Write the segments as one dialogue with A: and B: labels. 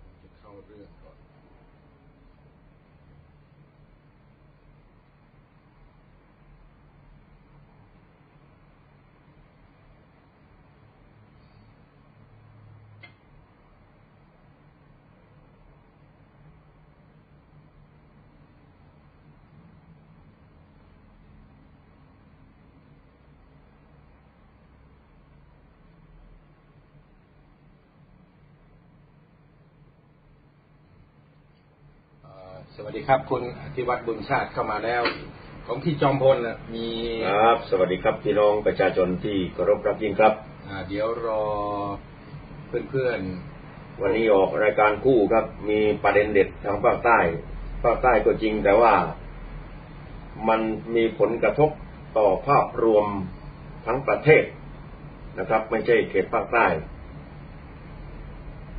A: เรื่องก่อน
B: เอ่อสวัสดีครับ คุณอธิวัตรบุญชาติเข้ามาแล้ว ของพี่จอมพลน่ะมี
C: ครับ สวัสดีครับพี่น้องประชาชนที่เคารพรับยิ่งครับ
B: อ่าเดี๋ยวรอเพื่อน
C: วันนี้ออกรายการคู่ครับ มีประเด็นเด็ดทางภาคใต้ภาคใต้ก็จริงแต่ว่ามันมีผลกระทบต่อภาพรวมทั้งประเทศนะครับ ไม่ใช่เขตภาคใต้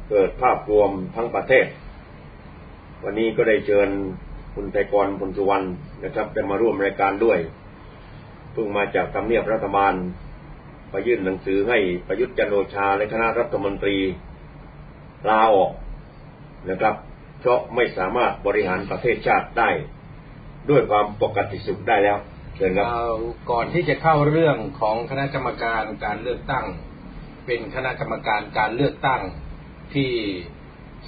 C: เกิดภาพรวมทั้งประเทศ วันนี้ก็ได้เชิญคุณไตรกรพลสุวรรณนะครับได้มาร่วมรายการด้วยเพิ่งมาจากทำเนียบรัฐบาลไปยื่นหนังสือให้ประยุทธ์จันทร์โอชาและคณะรัฐมนตรี ลาออกนะครับ เพราะไม่สามารถบริหารประเทศชาติได้ ด้วยความปกติสุขได้แล้วเชิญ
B: ๆ
C: ครับ
B: เราก่อนที่จะเข้าเรื่องของคณะกรรมการการเลือกตั้ง เป็นคณะกรรมการการเลือกตั้งที่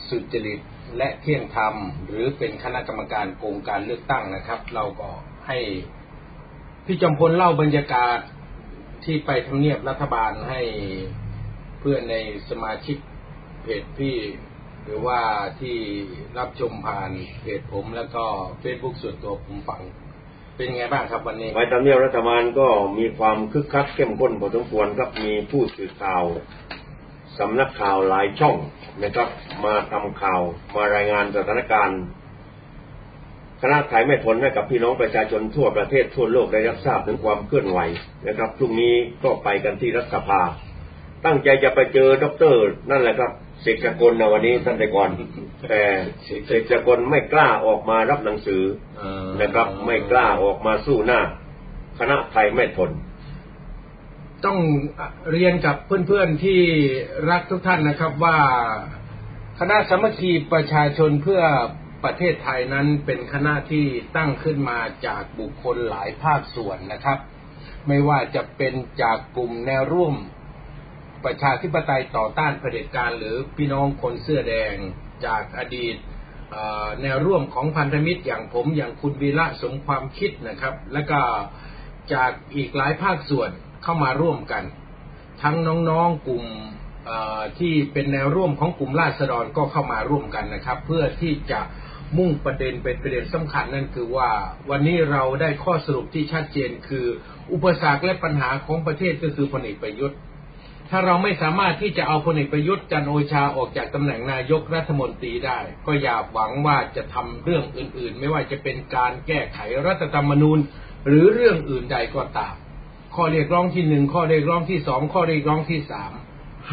B: สุจริตและเที่ยงธรรม หรือเป็นคณะกรรมการโกงการเลือกตั้งนะครับ เราก็ให้พี่จอมพลเล่าบรรยากาศที่ไปทำเนียบรัฐบาลให้เพื่อนในสมาชิกเพจพี่ หรือว่าที่รับชมผ่านเพจผมแล้วก็เฟซบุ๊กส่วนตัวผมฟัง เป็นไงบ้างครับวันนี้
C: ไปทำเนียบรัฐบาลก็มีความคึกคักเข้มข้นพอสมควรครับมีผู้สื่อข่าวสำนักข่าวหลายช่องนะครับ มาทำข่าวมารายงานสถานการณ์คณะขายไม่ทนให้กับพี่น้องประชาชนทั่วประเทศทั่วโลกได้รับทราบถึงความเคลื่อนไหวนะครับพรุ่งนี้ก็ไปกันที่รัฐสภา ตั้งใจจะไปเจอดอกเตอรนั่นแหละครับเสกสกลนะวันนี้ท่านไปก่อนแต่เสกสกลไม่กล้าออกมารับหนังสือ
B: เอ่อ
C: นะครับไม่กล้าออกมาสู้หน้า คณะไทยไม่ทน
B: ต้องเรียนกับเพื่อนๆที่รักทุกท่านนะครับว่าคณะสามัคคีประชาชนเพื่อประเทศไทยนั้นเป็นคณะที่ตั้งขึ้นมาจากบุคคลหลายภาคส่วนนะครับ ไม่ว่าจะเป็นจากกลุ่มแนวร่วม ประชาธิปไตยต่อต้านเผด็จการ หรือพี่น้องคนเสื้อแดงจากอดีตเอ่อแนวร่วมของพันธมิตรอย่างผมอย่างคุณวีระสมความคิดนะครับ แล้วก็จากอีกหลายภาคส่วนเข้ามาร่วมกัน ทั้งน้องๆกลุ่มเอ่อที่เป็นแนวร่วมของกลุ่มราษฎรก็เข้ามาร่วมกันนะครับ เพื่อที่จะมุ่งประเด็นเป็นประเด็นสำคัญนั่นคือว่าวันนี้เราได้ข้อสรุปที่ชัดเจนคือ อุปสรรคและปัญหาของประเทศก็คือพลเอกประยุทธ์ ถ้าเราไม่สามารถที่จะเอาพลเอกประยุทธ์จันทร์โอชาออกจากตำแหน่งนายกรัฐมนตรีได้ ก็อย่าหวังว่าจะทำเรื่องอื่นๆ ไม่ว่าจะเป็นการแก้ไขรัฐธรรมนูญ หรือเรื่องอื่นใดก็ตาม ข้อเรียกร้องที่หนึ่งข้อเรียกร้องที่สองข้อเรียกร้องที่สาม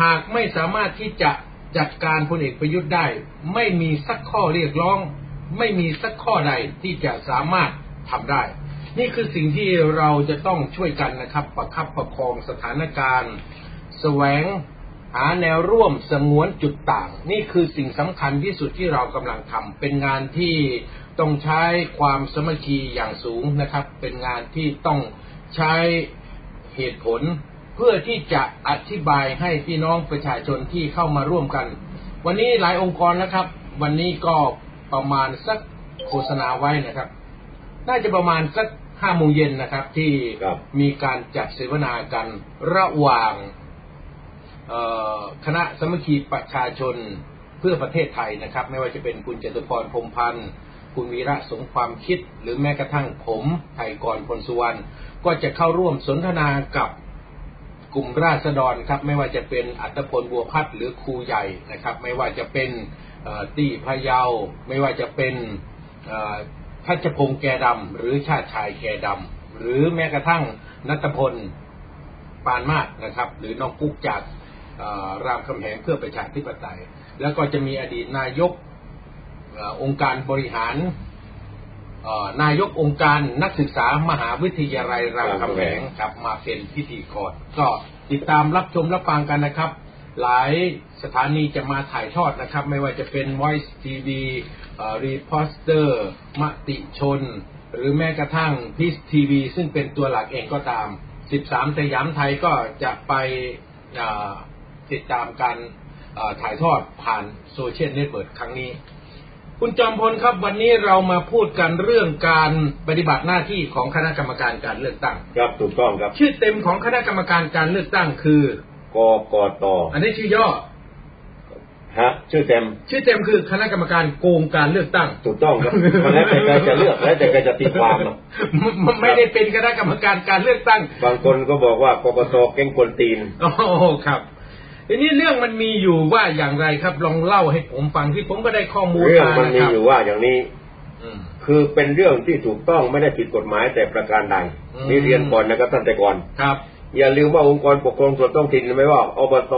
B: หากไม่สามารถที่จะจัดการพลเอกประยุทธ์ได้ ไม่มีสักข้อเรียกร้อง ไม่มีสักข้อใดที่จะสามารถทำได้ นี่คือสิ่งที่เราจะต้องช่วยกันนะครับ ประคับประคองสถานการณ์ แสวงหาแนวร่วมสงวนจุดต่าง นี่คือสิ่งสำคัญที่สุดที่เรากำลังทำเป็นงานที่ต้องใช้ความสามัคคีอย่างสูงนะครับ เป็นงานที่ต้องใช้เหตุผล เพื่อที่จะอธิบายให้พี่น้องประชาชนที่เข้ามาร่วมกัน วันนี้หลายองค์กรนะครับ วันนี้ก็ประมาณสักโฆษณาไว้นะครับ น่าจะประมาณสักห้าโมงเย็นนะครับ ที่
C: ครับ
B: มีการจัดเสวนากันระหว่าง เอ่อคณะสามัคคีประชาชนเพื่อประเทศไทยนะครับ ไม่ว่าจะเป็นคุณจตุพรพรหมพันธ์คุณวีระสงความคิด หรือแม้กระทั่งผมไทยกรพลสุวรรณก็จะเข้าร่วมสนทนากับกลุ่มราษฎรครับ ไม่ว่าจะเป็นอัตพลบัวพัฒน์หรือครูใหญ่นะครับ ไม่ว่าจะเป็นเอ่อตี้พะเยา ไม่ว่าจะเป็นเอ่อทัชพงษ์แกดำหรือชาติชายแกดำหรือแม้กระทั่งนัตพล ปานมาศนะครับ หรือน้องกุ๊กจากเอ่อรามคำแหงเพื่อประชาธิปไตย แล้วก็จะมีอดีตนายกเอ่อองค์การบริหารเอ่อนายกองค์การนักศึกษามหาวิทยาลัยรามคำแหงครับมาเป็นพิธีกรก็ติดตามรับชมรับฟังกันนะครับ หลายสถานีจะมาถ่ายทอดนะครับ ไม่ว่าจะเป็น Voice TV เอ่อ Reposter มติชน หรือแม้กระทั่งพีซทีวีซึ่งเป็นตัวหลักเองก็ตาม 13สยามไทยก็จะไปเอ่อติดตามการเอ่อถ่ายทอดผ่านโซเชียลเน็ตเวิร์ครั้งนี้ คุณจอมพลครับวันนี้เรามาพูดกันเรื่องการปฏิบัติหน้าที่ของคณะกรรมการการเลือกตั้ง
C: ครับถูกต้องครับ
B: ชื่อเต็มของคณะกรรมการการเลือกตั้งคือ
C: กกต
B: อันนี้ชื่อย่อ
C: ฮะชื่อเต็ม
B: ชื่อเต็มคือคณะกรรมการโกงการเลือกตั้ง
C: ถูกต้องครับมันแล้วแต่ใครจะเลือกแล้วแต่ใครจะตีความอะ
B: ไม่ไม่ไม่ได้เป็นคณะกรรมการการเลือกตั้ง
C: บางคนก็บอกว่ากกตเก่งคนตีน
B: โอ้โหครับ ทีนี้เรื่องมันมีอยู่ว่าอย่างไรครับ ลองเล่าให้ผมฟังที่ผมก็ได้ข้อมูล
C: เรื่อง
B: มา
C: มัน
B: นะ
C: มี
B: ครับ
C: อยู่ว่าอย่างนี้
B: อืม
C: คือเป็นเรื่องที่ถูกต้องไม่ได้ผิดกฎหมายแต่ประการใด
B: อืม
C: นี่เรียนก่อนนะครับท่านแต่ก่อน
B: ครับ
C: อย่าลืมว่าองค์กรปกครองส่วนท้องถิ่นไม่ว่าอบต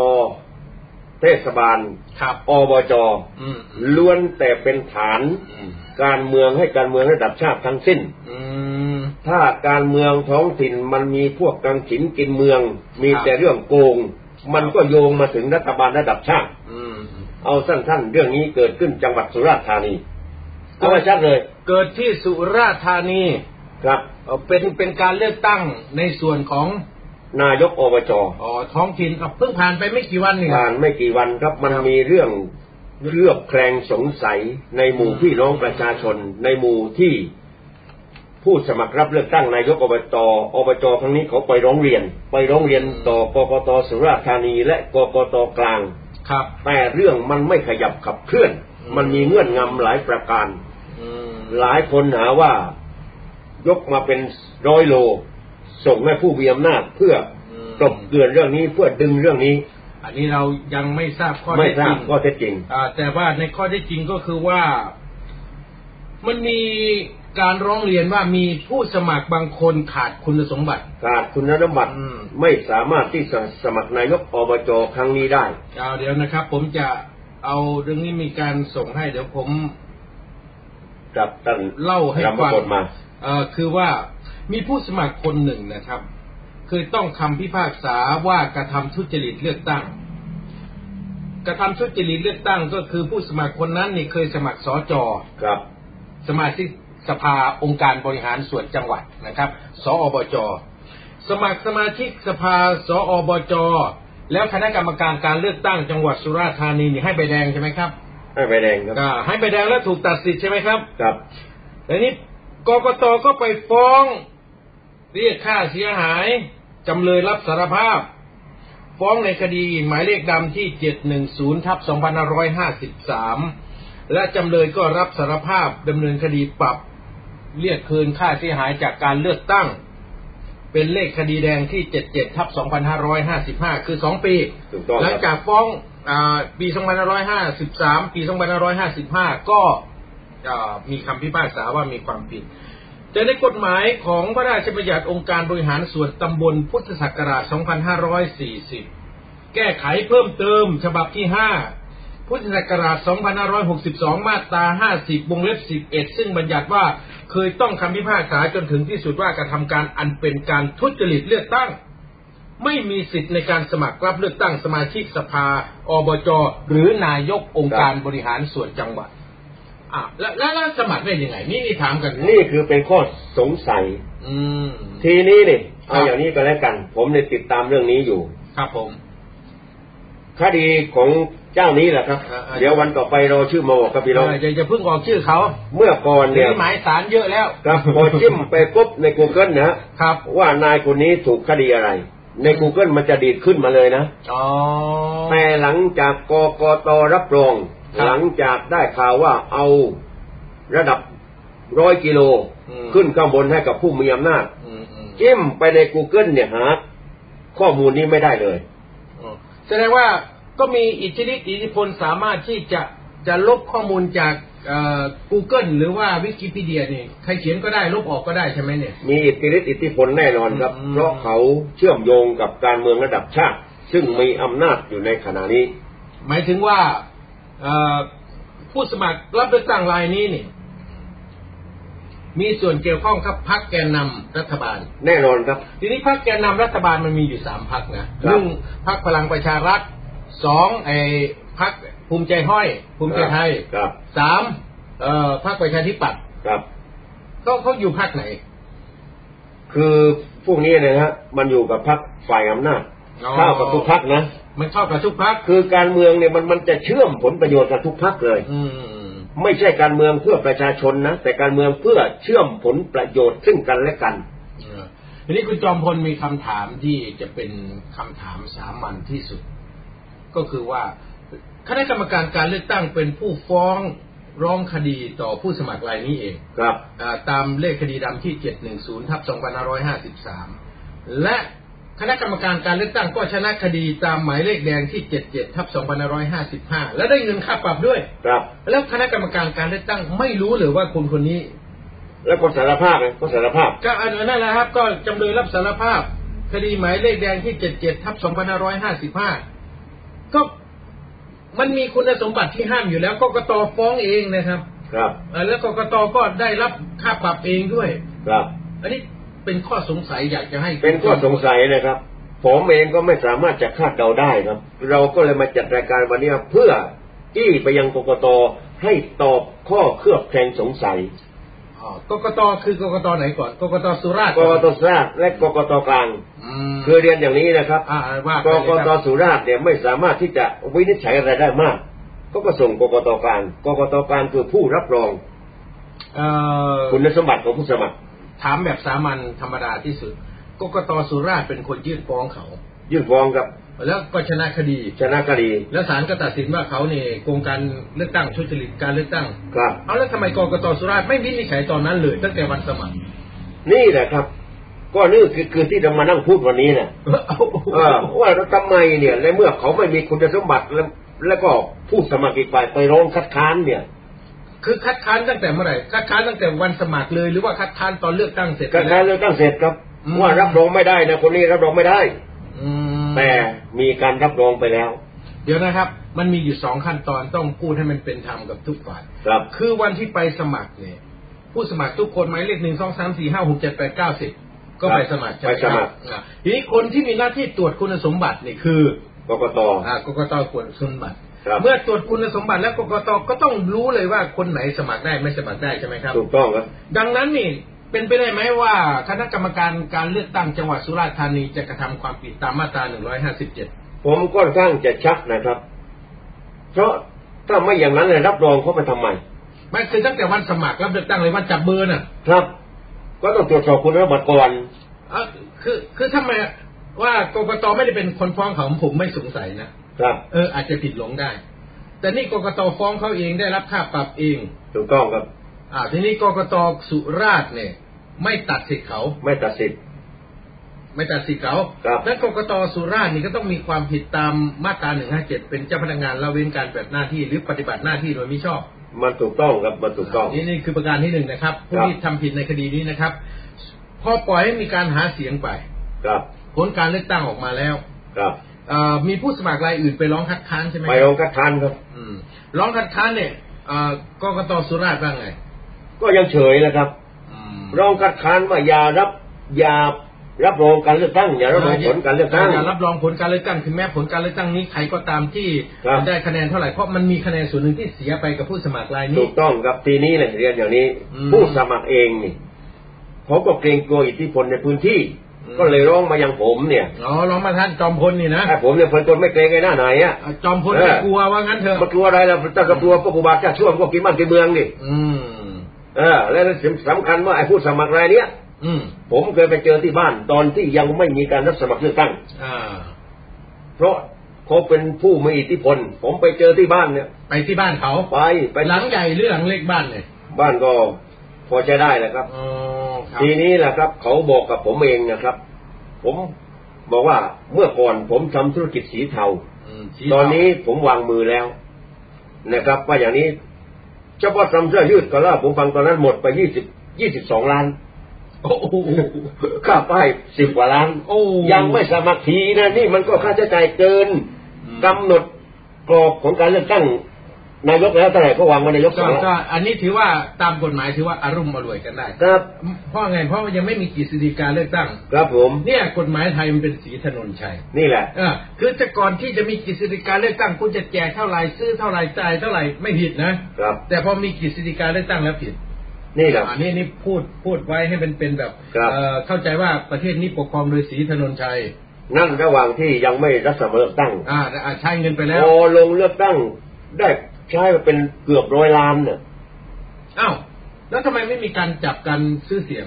C: เทศบาล
B: ครับ
C: อบจ
B: อืมอืม
C: ล้วนแต่เป็นฐาน
B: อืม
C: การเมืองให้การเมืองระดับชาติทั้งสิ้น
B: อืม
C: ถ้าการเมืองท้องถิ่นมันมีพวกกังขินกินเมือง มี
B: ครับ
C: แต่เรื่องโกง มันก็โยงมาถึงรัฐบาลระดับชาติ
B: อืม
C: เอาสั้นๆ เรื่องนี้เกิดขึ้นจังหวัดสุราษฎร์ธานีเอามาชัดเลย
B: เกิดที่สุราษฎร์ธานี
C: ครับ
B: เอ่อเป็นเป็นการเลือกตั้งในส่วนของ
C: นายกอบจ
B: เอ่อท้องถิ่นอ่ะเพิ่งผ่านไปไม่กี่วันนี่ค
C: ผ่า
B: รับ
C: นไม่กี่วันครับมันมีเรื่องเลือบแคลงสงสัยในหมู่
B: อืม
C: พี่น้องประชาชน ในหมู่ที่ ผู้สมัครรับเลือกตั้งนายกอบจอบจครั้งนี้เขาไปร้องเรียน ไปร้องเรียนต่อกกตสุราษฎร์ธานี และกกตกลาง
B: ครับ
C: แต่เรื่องมันไม่ขยับขับเคลื่อน
B: อืม
C: มันมีเงื่อนงำหลายประการ
B: อืม
C: หลายคนหาว่ายกมาเป็นร้อยโล ส่งให้ผู้มีอำนาจเพื่อ
B: อืม
C: กลบเกลื่อนเรื่องนี้เพื่อดึงเรื่องนี้
B: อันนี้เรายังไม่ทราบข้อ
C: ไม่
B: เท็จ
C: ท
B: จ
C: รา
B: ริ
C: บ
B: ง
C: ข้อเท็จจริง
B: อ่าแต่ว่าในข้อที่จริงก็คือว่ามันมีการร้องเรียนว่ามีผู้สมัครบางคนขาดคุณสมบัติ
C: ขาดคุณสมบัติ
B: อืม
C: ไม่สามารถที่จะสมัครนายกอบจครั้งนี้ได้
B: เอาเดี๋ยวนะครับ ผมจะเอาเรื่องนี้มีการส่งให้ เดี๋ยวผม
C: กับท่าน
B: เล่าให้
C: รำ
B: ฟัง
C: กฏมา
B: เอ่อคือว่ามีผู้สมัครคนหนึ่งนะครับ คือต้องคำพิพากษาว่ากระทำทุจริตเลือกตั้ง กระทำทุจริตเลือกตั้ง ก็คือผู้สมัครคนนั้นนี่เคยสมัครสจ
C: ครับ
B: สมาชิกสภาองค์การบริหารส่วนจังหวัดนะครับ สอบจ สมัครสมาชิกสภา สอบจ แล้วคณะกรรมการการเลือกตั้งจังหวัดสุราษฎร์ธานีนี่ให้ใบแดงใช่ไหมครับ
C: ให้ใบแดงครับ
B: อ่าให้ใบแดงแล้วถูกตัดสิทธิ์ใช่ไหมครับ
C: ครับ
B: แล้วนี้กกตก็ไปฟ้อง เรียกค่าเสียหาย จำเลยรับสารภาพ ฟ้องในคดีหมายเลขดำที่ 710ทับ2553 และจำเลยก็รับสารภาพดำเนินคดีปรับ เรียกคืนค่าเสียหายจากการเลือกตั้ง เป็นเลขคดีแดงที่ 77ทับ2555 คือ 2 ปี
C: ถูกต้อง
B: หลัง
C: ค
B: จา
C: รับ
B: กฟ้องอ่าปี2553 ปี 2555 ก็อ่ามีคำพิพากษาว่ามีความผิด แต่ในกฎหมายของพระราชบัญญัติองค์การบริหารส่วนตำบลพุทธศักราช 2540 แก้ไขเพิ่มเติมฉบับที่ 5 พุทธศักราช 2562 มาตรา 50วงเล็บ 11 ซึ่งบัญญัติว่าเคยต้องคำพิพากษาจนถึงที่สุดว่ากระทำการอันเป็นการทุจริตเลือกตั้ง ไม่มีสิทธิ์ในการสมัครรับเลือกตั้งสมาชิกสภา อบจ หรือนายกองค์การบริหารส่วนจังหวัดอ่ะแล้วแล้วแล้วสมัครได้ยังไง นี่นี่ถามกัน
C: นี่คือเป็นข้อสงสัย
B: อืม
C: ทีนี้นี่
B: ครับ
C: เอาอย่างนี้ก็แล้วกัน ผมเนี่ยติดตามเรื่องนี้อยู่
B: ครับผม
C: คดีของเจ้านี้แหละครับ
B: อ่าอ่า
C: เดี๋ยววันต่อไปเราชื่อมาบอกครับพี่น้อง
B: เอออย่าอย่าเพิ่งออกชื่อเขา
C: เมื่อก่อน
B: เดี๋ย
C: เนี่
B: วย หมายสารเยอะแล้ว
C: ครับพอจิ้มไปปุ๊บใน Google นะฮะ
B: ครับ
C: ว่านายคนนี้ถูกคดีอะไร ใน Google มันจะดีดขึ้นมาเลยนะ
B: อ๋อ
C: แต่หลังจากกกตรับรอง
B: ครับ
C: หลังจากได้ข่าวว่าเอาระดับร้อยกิโล
B: อืม
C: ขึ้นข้างบนให้กับผู้มีอำนาจ
B: อืมอืม
C: จิ้มไปใน Google เนี่ยหาข้อมูลนี้ไม่ได้เลย
B: อืมแสดงว่าก็มีอิทธิฤทธิอิทธิพลสามารถที่จะจะลบข้อมูลจากเอ่อ Google หรือว่าวิกิพีเดียนี่ใครเขียนก็ได้ลบออกก็ได้ใช่ไหมเนี่ย
C: มีอิทธิฤทธิอิทธิพลแน่นอนครับ
B: อืม
C: เพราะเขาเชื่อมโยงกับการเมืองระดับชาติ ซึ่งมีอำนาจอยู่ในขณะนี้
B: หมายถึงว่าเอ่อผู้สมัครรับเลือกตั้งรายนี้นี่ มีส่วนเกี่ยวข้องกับพรรคแกนนำรัฐบาล
C: แน่นอนครับ
B: ทีนี้พรรคแกนนำรัฐบาลมันมีอยู่สามพรรคนะ
C: ค
B: ห
C: รับ
B: นึ่งพรรคพลังประชารัฐ สองไอ้พักภูมิใจห้อย ภูมิใจไทย
C: ครับ
B: สามเอ่อพักประชาธิปัตย์
C: ครับ
B: เขาเขาอยู่พักไหน
C: คือพวกนี้เนยนะฮะมันอยู่กับพรรคฝ่ายอำนาจ
B: อ๋อ
C: เข้ากับทุกพรรคนะ
B: มันเข้ากับทุกพัก
C: คือการเมืองเนี่ยมันมันจะเชื่อมผลประโยชน์กับทุกพรรคเลย
B: อืม
C: ไม่ใช่การเมืองเพื่อประชาชนนะ แต่การเมืองเพื่อเชื่อมผลประโยชน์ซึ่งกันและกัน
B: เออทีนี้คุณจอมพลมีคำถามที่จะเป็นคำถามสามัญที่สุด ก็คือว่าคณะกรรมการการเลือกตั้งเป็นผู้ฟ้องร้องคดีต่อผู้สมัครรายนี้เอง
C: ครับ
B: อาตามเลขคดีดำที่ 710ทับ2553 และคณะกรรมการการเลือกตั้งก็ชนะคดีตามหมายเลขแดงที่ 77ทับ2555 และได้เงินค่าปรับด้วย
C: ครับ
B: แล้วคณะกรรมการการเลือกตั้งไม่รู้หรือว่าคนคนนี้
C: แล้วก็สารภาพเลยก็สารภาพ
B: ก็อันนั้นแหละครับก็จำเลยรับสารภาพ คดีหมายเลขแดงที่ 77ทับ2555 ก็มันมีคุณสมบัติที่ห้ามอยู่แล้วกกตฟ้องเองนะครับ
C: ครับ
B: เอ่อแล้วกกตก็ได้รับค่าปรับเองด้วย
C: ครับ
B: อันนี้เป็นข้อสงสัยอยากจะให้
C: เป็นข้อสงสัยนะครับ ผมเองก็ไม่สามารถจะคาดเดาได้ครับ เราก็เลยมาจัดรายการวันนี้เพื่อจี้ไปยังกกตให้ตอบข้อเครือบแคลงสงสัย
B: อ๋อกกตคือกกตไหนก่อนกกตสุราษฎร์
C: กกตสุราษฎร์และกกตกลาง
B: อืม
C: คือเรียนอย่างนี้นะครับ
B: อ่าว่าก ไปเลย
C: ก
B: ค
C: ต
B: รับ
C: สุราษฎร์เนี่ยไม่สามารถที่จะวินิจฉัยอะไรได้มาก ก็ก็ส่งกกตกลาง กกตกลางคือผู้รับรอง
B: เอ่อ
C: คุณสมบัติของผู้สมัคร
B: ถามแบบสามัญธรรมดาที่สุดกกตสุราษฎร์เป็นคนยื่นฟ้องเขา
C: ยื่นฟ้องกับ
B: แล้วก็ชนะคดี
C: ชนะคดี
B: แล้วศาลก็ตัดสินว่าเขาเนี่ยโกงการเลือกตั้งทุจริตการเลือกตั้ง
C: ครับ
B: เอาแล้วทำไมกรกตสุราษฎร์ไม่วินิจฉัยตอนนั้นเลย ตั้งแต่วันสมัคร
C: นี่แหละครับ ก็นี่คือคือที่จะมานั่งพูดวันนี้นะ
B: เอา
C: เออว่าแล้วทำไมเนี่ยในเมื่อเขาไม่มีคุณสมบัติแล้วแล้วก็ผู้สมัครอีกฝ่ายไปร้องคัดค้านเนี่ย
B: คือคัดค้านตั้งแต่เมื่อไหร่ คัดค้านตั้งแต่วันสมัครเลยหรือว่าคัดค้านตอนเลือกตั้งเสร็จ
C: คัดค้านเลือกตั้งเสร็จครับ ว่ารับรองไม่ได้นะคนนี้รับรองไม่ได้
B: อืม
C: แต่มีการรับรองไปแล้ว
B: เดี๋ยวนะครับ มันมีอยู่สองขั้นตอนต้องพูดให้มันเป็นธรรมกับทุกฝ่าย
C: ครับ
B: คือวันที่ไปสมัครเนี่ย ผู้สมัครทุกคนหมายเลขหนึ่งสองสามสี่ห้าหกเจ็ดแปดเก้าสิบก็ไปสมัครใช่ห
C: ไปสมัคร
B: อ่ะทีนี้คนที่มีหน้าที่ตรวจคุณสมบัติเนี่ยคือ
C: กกต
B: อ่ากกตตรวจคุณสมบัติ
C: ครับ
B: เมื่อตรวจคุณสมบัติแล้วกกตก็ต้องรู้เลยว่าคนไหนสมัครได้ไม่สมัครได้ใช่ไหมครับ
C: ถูกต้องครับ
B: ดังนั้นนี่เป็นไปได้ไหมว่าคณะกรรมการการเลือกตั้งจังหวัดสุราษฎร์ธานีจะกระทำความผิดตามมาตรา 157
C: ผมก็ค่อนข้างจะชักนะครับ เพราะถ้าไม่อย่างนั้นเนี่ยรับรองเขาไปทำไม
B: ไม่คือตั้งแต่วันสมัครรับเลือกตั้งเลยวันจับเบอร์น่ะ
C: ครับ ก็ต้องตรวจสอบคุณสมบัติก่อน
B: เอ้าคือคือทำไมว่ากกตไม่ได้เป็นคนฟ้องเขาผมไม่สงสัยนะ
C: ครับ
B: เอออาจจะผิดหลงได้ แต่นี่กกตฟ้องเขาเองได้รับค่าปรับเอง
C: ถูกต้องครับ
B: อ่าทีนี้กกตสุราษฎร์เนี่ย ไม่ตัดสิทธิ์เขา
C: ไม่ตัดสิทธิ์
B: ไม่ตัดสิทธิ์เขา
C: ครับ
B: และกกตสุราษฎร์นี่ก็ต้องมีความผิดตามมาตรา 157 เป็นเจ้าพนักงานละเว้นการปฏิบัติหน้าที่หรือปฏิบัติหน้าที่โดยมิชอบ
C: มันถูกต้องครับ มันถูกต้อง
B: นี่นี่คือประการที่หนึ่งนะครับ ผู้
C: ครับ
B: ที่ทำผิดในคดีนี้นะครับ พอปล่อยให้มีการหาเสียงไป
C: ครับ
B: ผลการเลือกตั้งออกมาแล้ว
C: ครับ
B: เอ่อมีผู้สมัครรายอื่นไปร้องคัดค้านใช่ไหม
C: ไปร้องคัดค้านครับ
B: อืมร้องคัดค้านเนี่ยเอ่อกกตสุราษฎร์ว่าไง
C: ก็ยังเฉยนะครับ
B: อืม
C: ร้องคัดค้านว่าอย่ารับอย่ารับรองการเลือกตั้ง อย่ารับรองผลการเลือกตั้ง
B: ย่ารับรองผลการเลือกตั้งถึงแม้ผลการเลือกตั้งนี้ใครก็ตามที่
C: ครับ
B: ได้คะแนนเท่าไหร่เพราะมันมีคะแนนส่วนหนึ่งที่เสียไปกับผู้สมัครราย
C: ถู
B: นี้
C: กต้องครับทีนี้เลยเรียนอย่างนี้
B: อืม
C: ผู้สมัครเองนี่เขาก็เกรงกลัวอิทธิพลในพื้นที่
B: อืม
C: ก็เลยร้องมายังผมเนี่ย
B: อ๋อร้องมาท่านจอมพลนี่นะ
C: ถ้าผมเนี่ยเป็นคนไม่เกรงไอ้หน้าไหนอ่ะ
B: อ่ะจอมพล
C: เออ
B: ไม่กลัวว่างั้นเถอะ
C: มันกลัวอะไรล่ะถ้ากลัวก็บุบาทจะช่วมก็กินบ้านกินเมืองดิ
B: อืม
C: เออและสำคัญว่าไอ้ผู้สมัครรายเนี้ย
B: อืม
C: ผมเคยไปเจอที่บ้านตอนที่ยังไม่มีการรับสมัครเลือกตั้ง
B: อ่า
C: เพราะเขาเป็นผู้มีอิทธิพล ผมไปเจอที่บ้านเนี่ย
B: ไปที่บ้านเขา
C: ไปไป
B: ไปหลังใหญ่หรือหลังเล็กบ้านเลย
C: บ้านก็พอใช้ได้แหละครับ
B: อ๋อครับ
C: ทีนี้แหละครับ เขาบอกกับผมเองนะครับ ผมบอกว่าเมื่อก่อนผมทำธุรกิจสีเทา
B: ม
C: ตอนนี้ผมวางมือแล้ว นะครับว่าอย่างนี้เฉพาะทำเสื้อยืดก็ล่าผมฟังตอนนั้นหมดไปยี่สิบยี่สิบสอง ล้าน
B: โอ้โห
C: ค่าป้ายสิบกว่าล้าน
B: โอ้
C: ยังไม่สมัครทีนะนี่มันก็ค่าใช้จ่ายเกิน
B: อืม
C: กำหนดกรอบของการเลือกตั้ง นายกแล้วเท่าไหร่ก็วางไว้นายก
B: ก็
C: แล้ว
B: ก็อันนี้ถือว่าตามกฎหมายถือว่าอารุ่มอร่วยกันได้
C: ครับ
B: เพราะไงเพราะว่ายังไม่มีกฤษฎีกาเลือกตั้ง
C: ครับผม
B: เนี่ยกฎหมายไทยมันเป็นสีถนนชัย
C: นี่แหละ
B: เออคือแต่ก่อนที่จะมีกฤษฎีกาเลือกตั้งคุณจะแจกเท่าไหร่ซื้อเท่าไหร่จ่ายเท่าไหร่ไม่ผิดนะ
C: ครับ
B: แต่พอมีกฤษฎีกาเลือกตั้งแล้วผิด
C: นี่แหละ
B: อันนี้นี่พูดพูดไว้ให้มันเป็นแบบ
C: ครับ
B: เอ่อเข้าใจว่าประเทศนี้ปกครองโดยสีถนนชัย
C: นั่นระหว่างที่ยังไม่รัฐสภาเลือกตั้ง
B: อ่าอ่าใช้เงินไปแล้ว
C: พอลงเลือกตั้งได้ใช้ไปเป็นเกือบร้อยล้านเนี่ย
B: อ้าวแล้วทำไมไม่มีการจับกันซื้อเสียง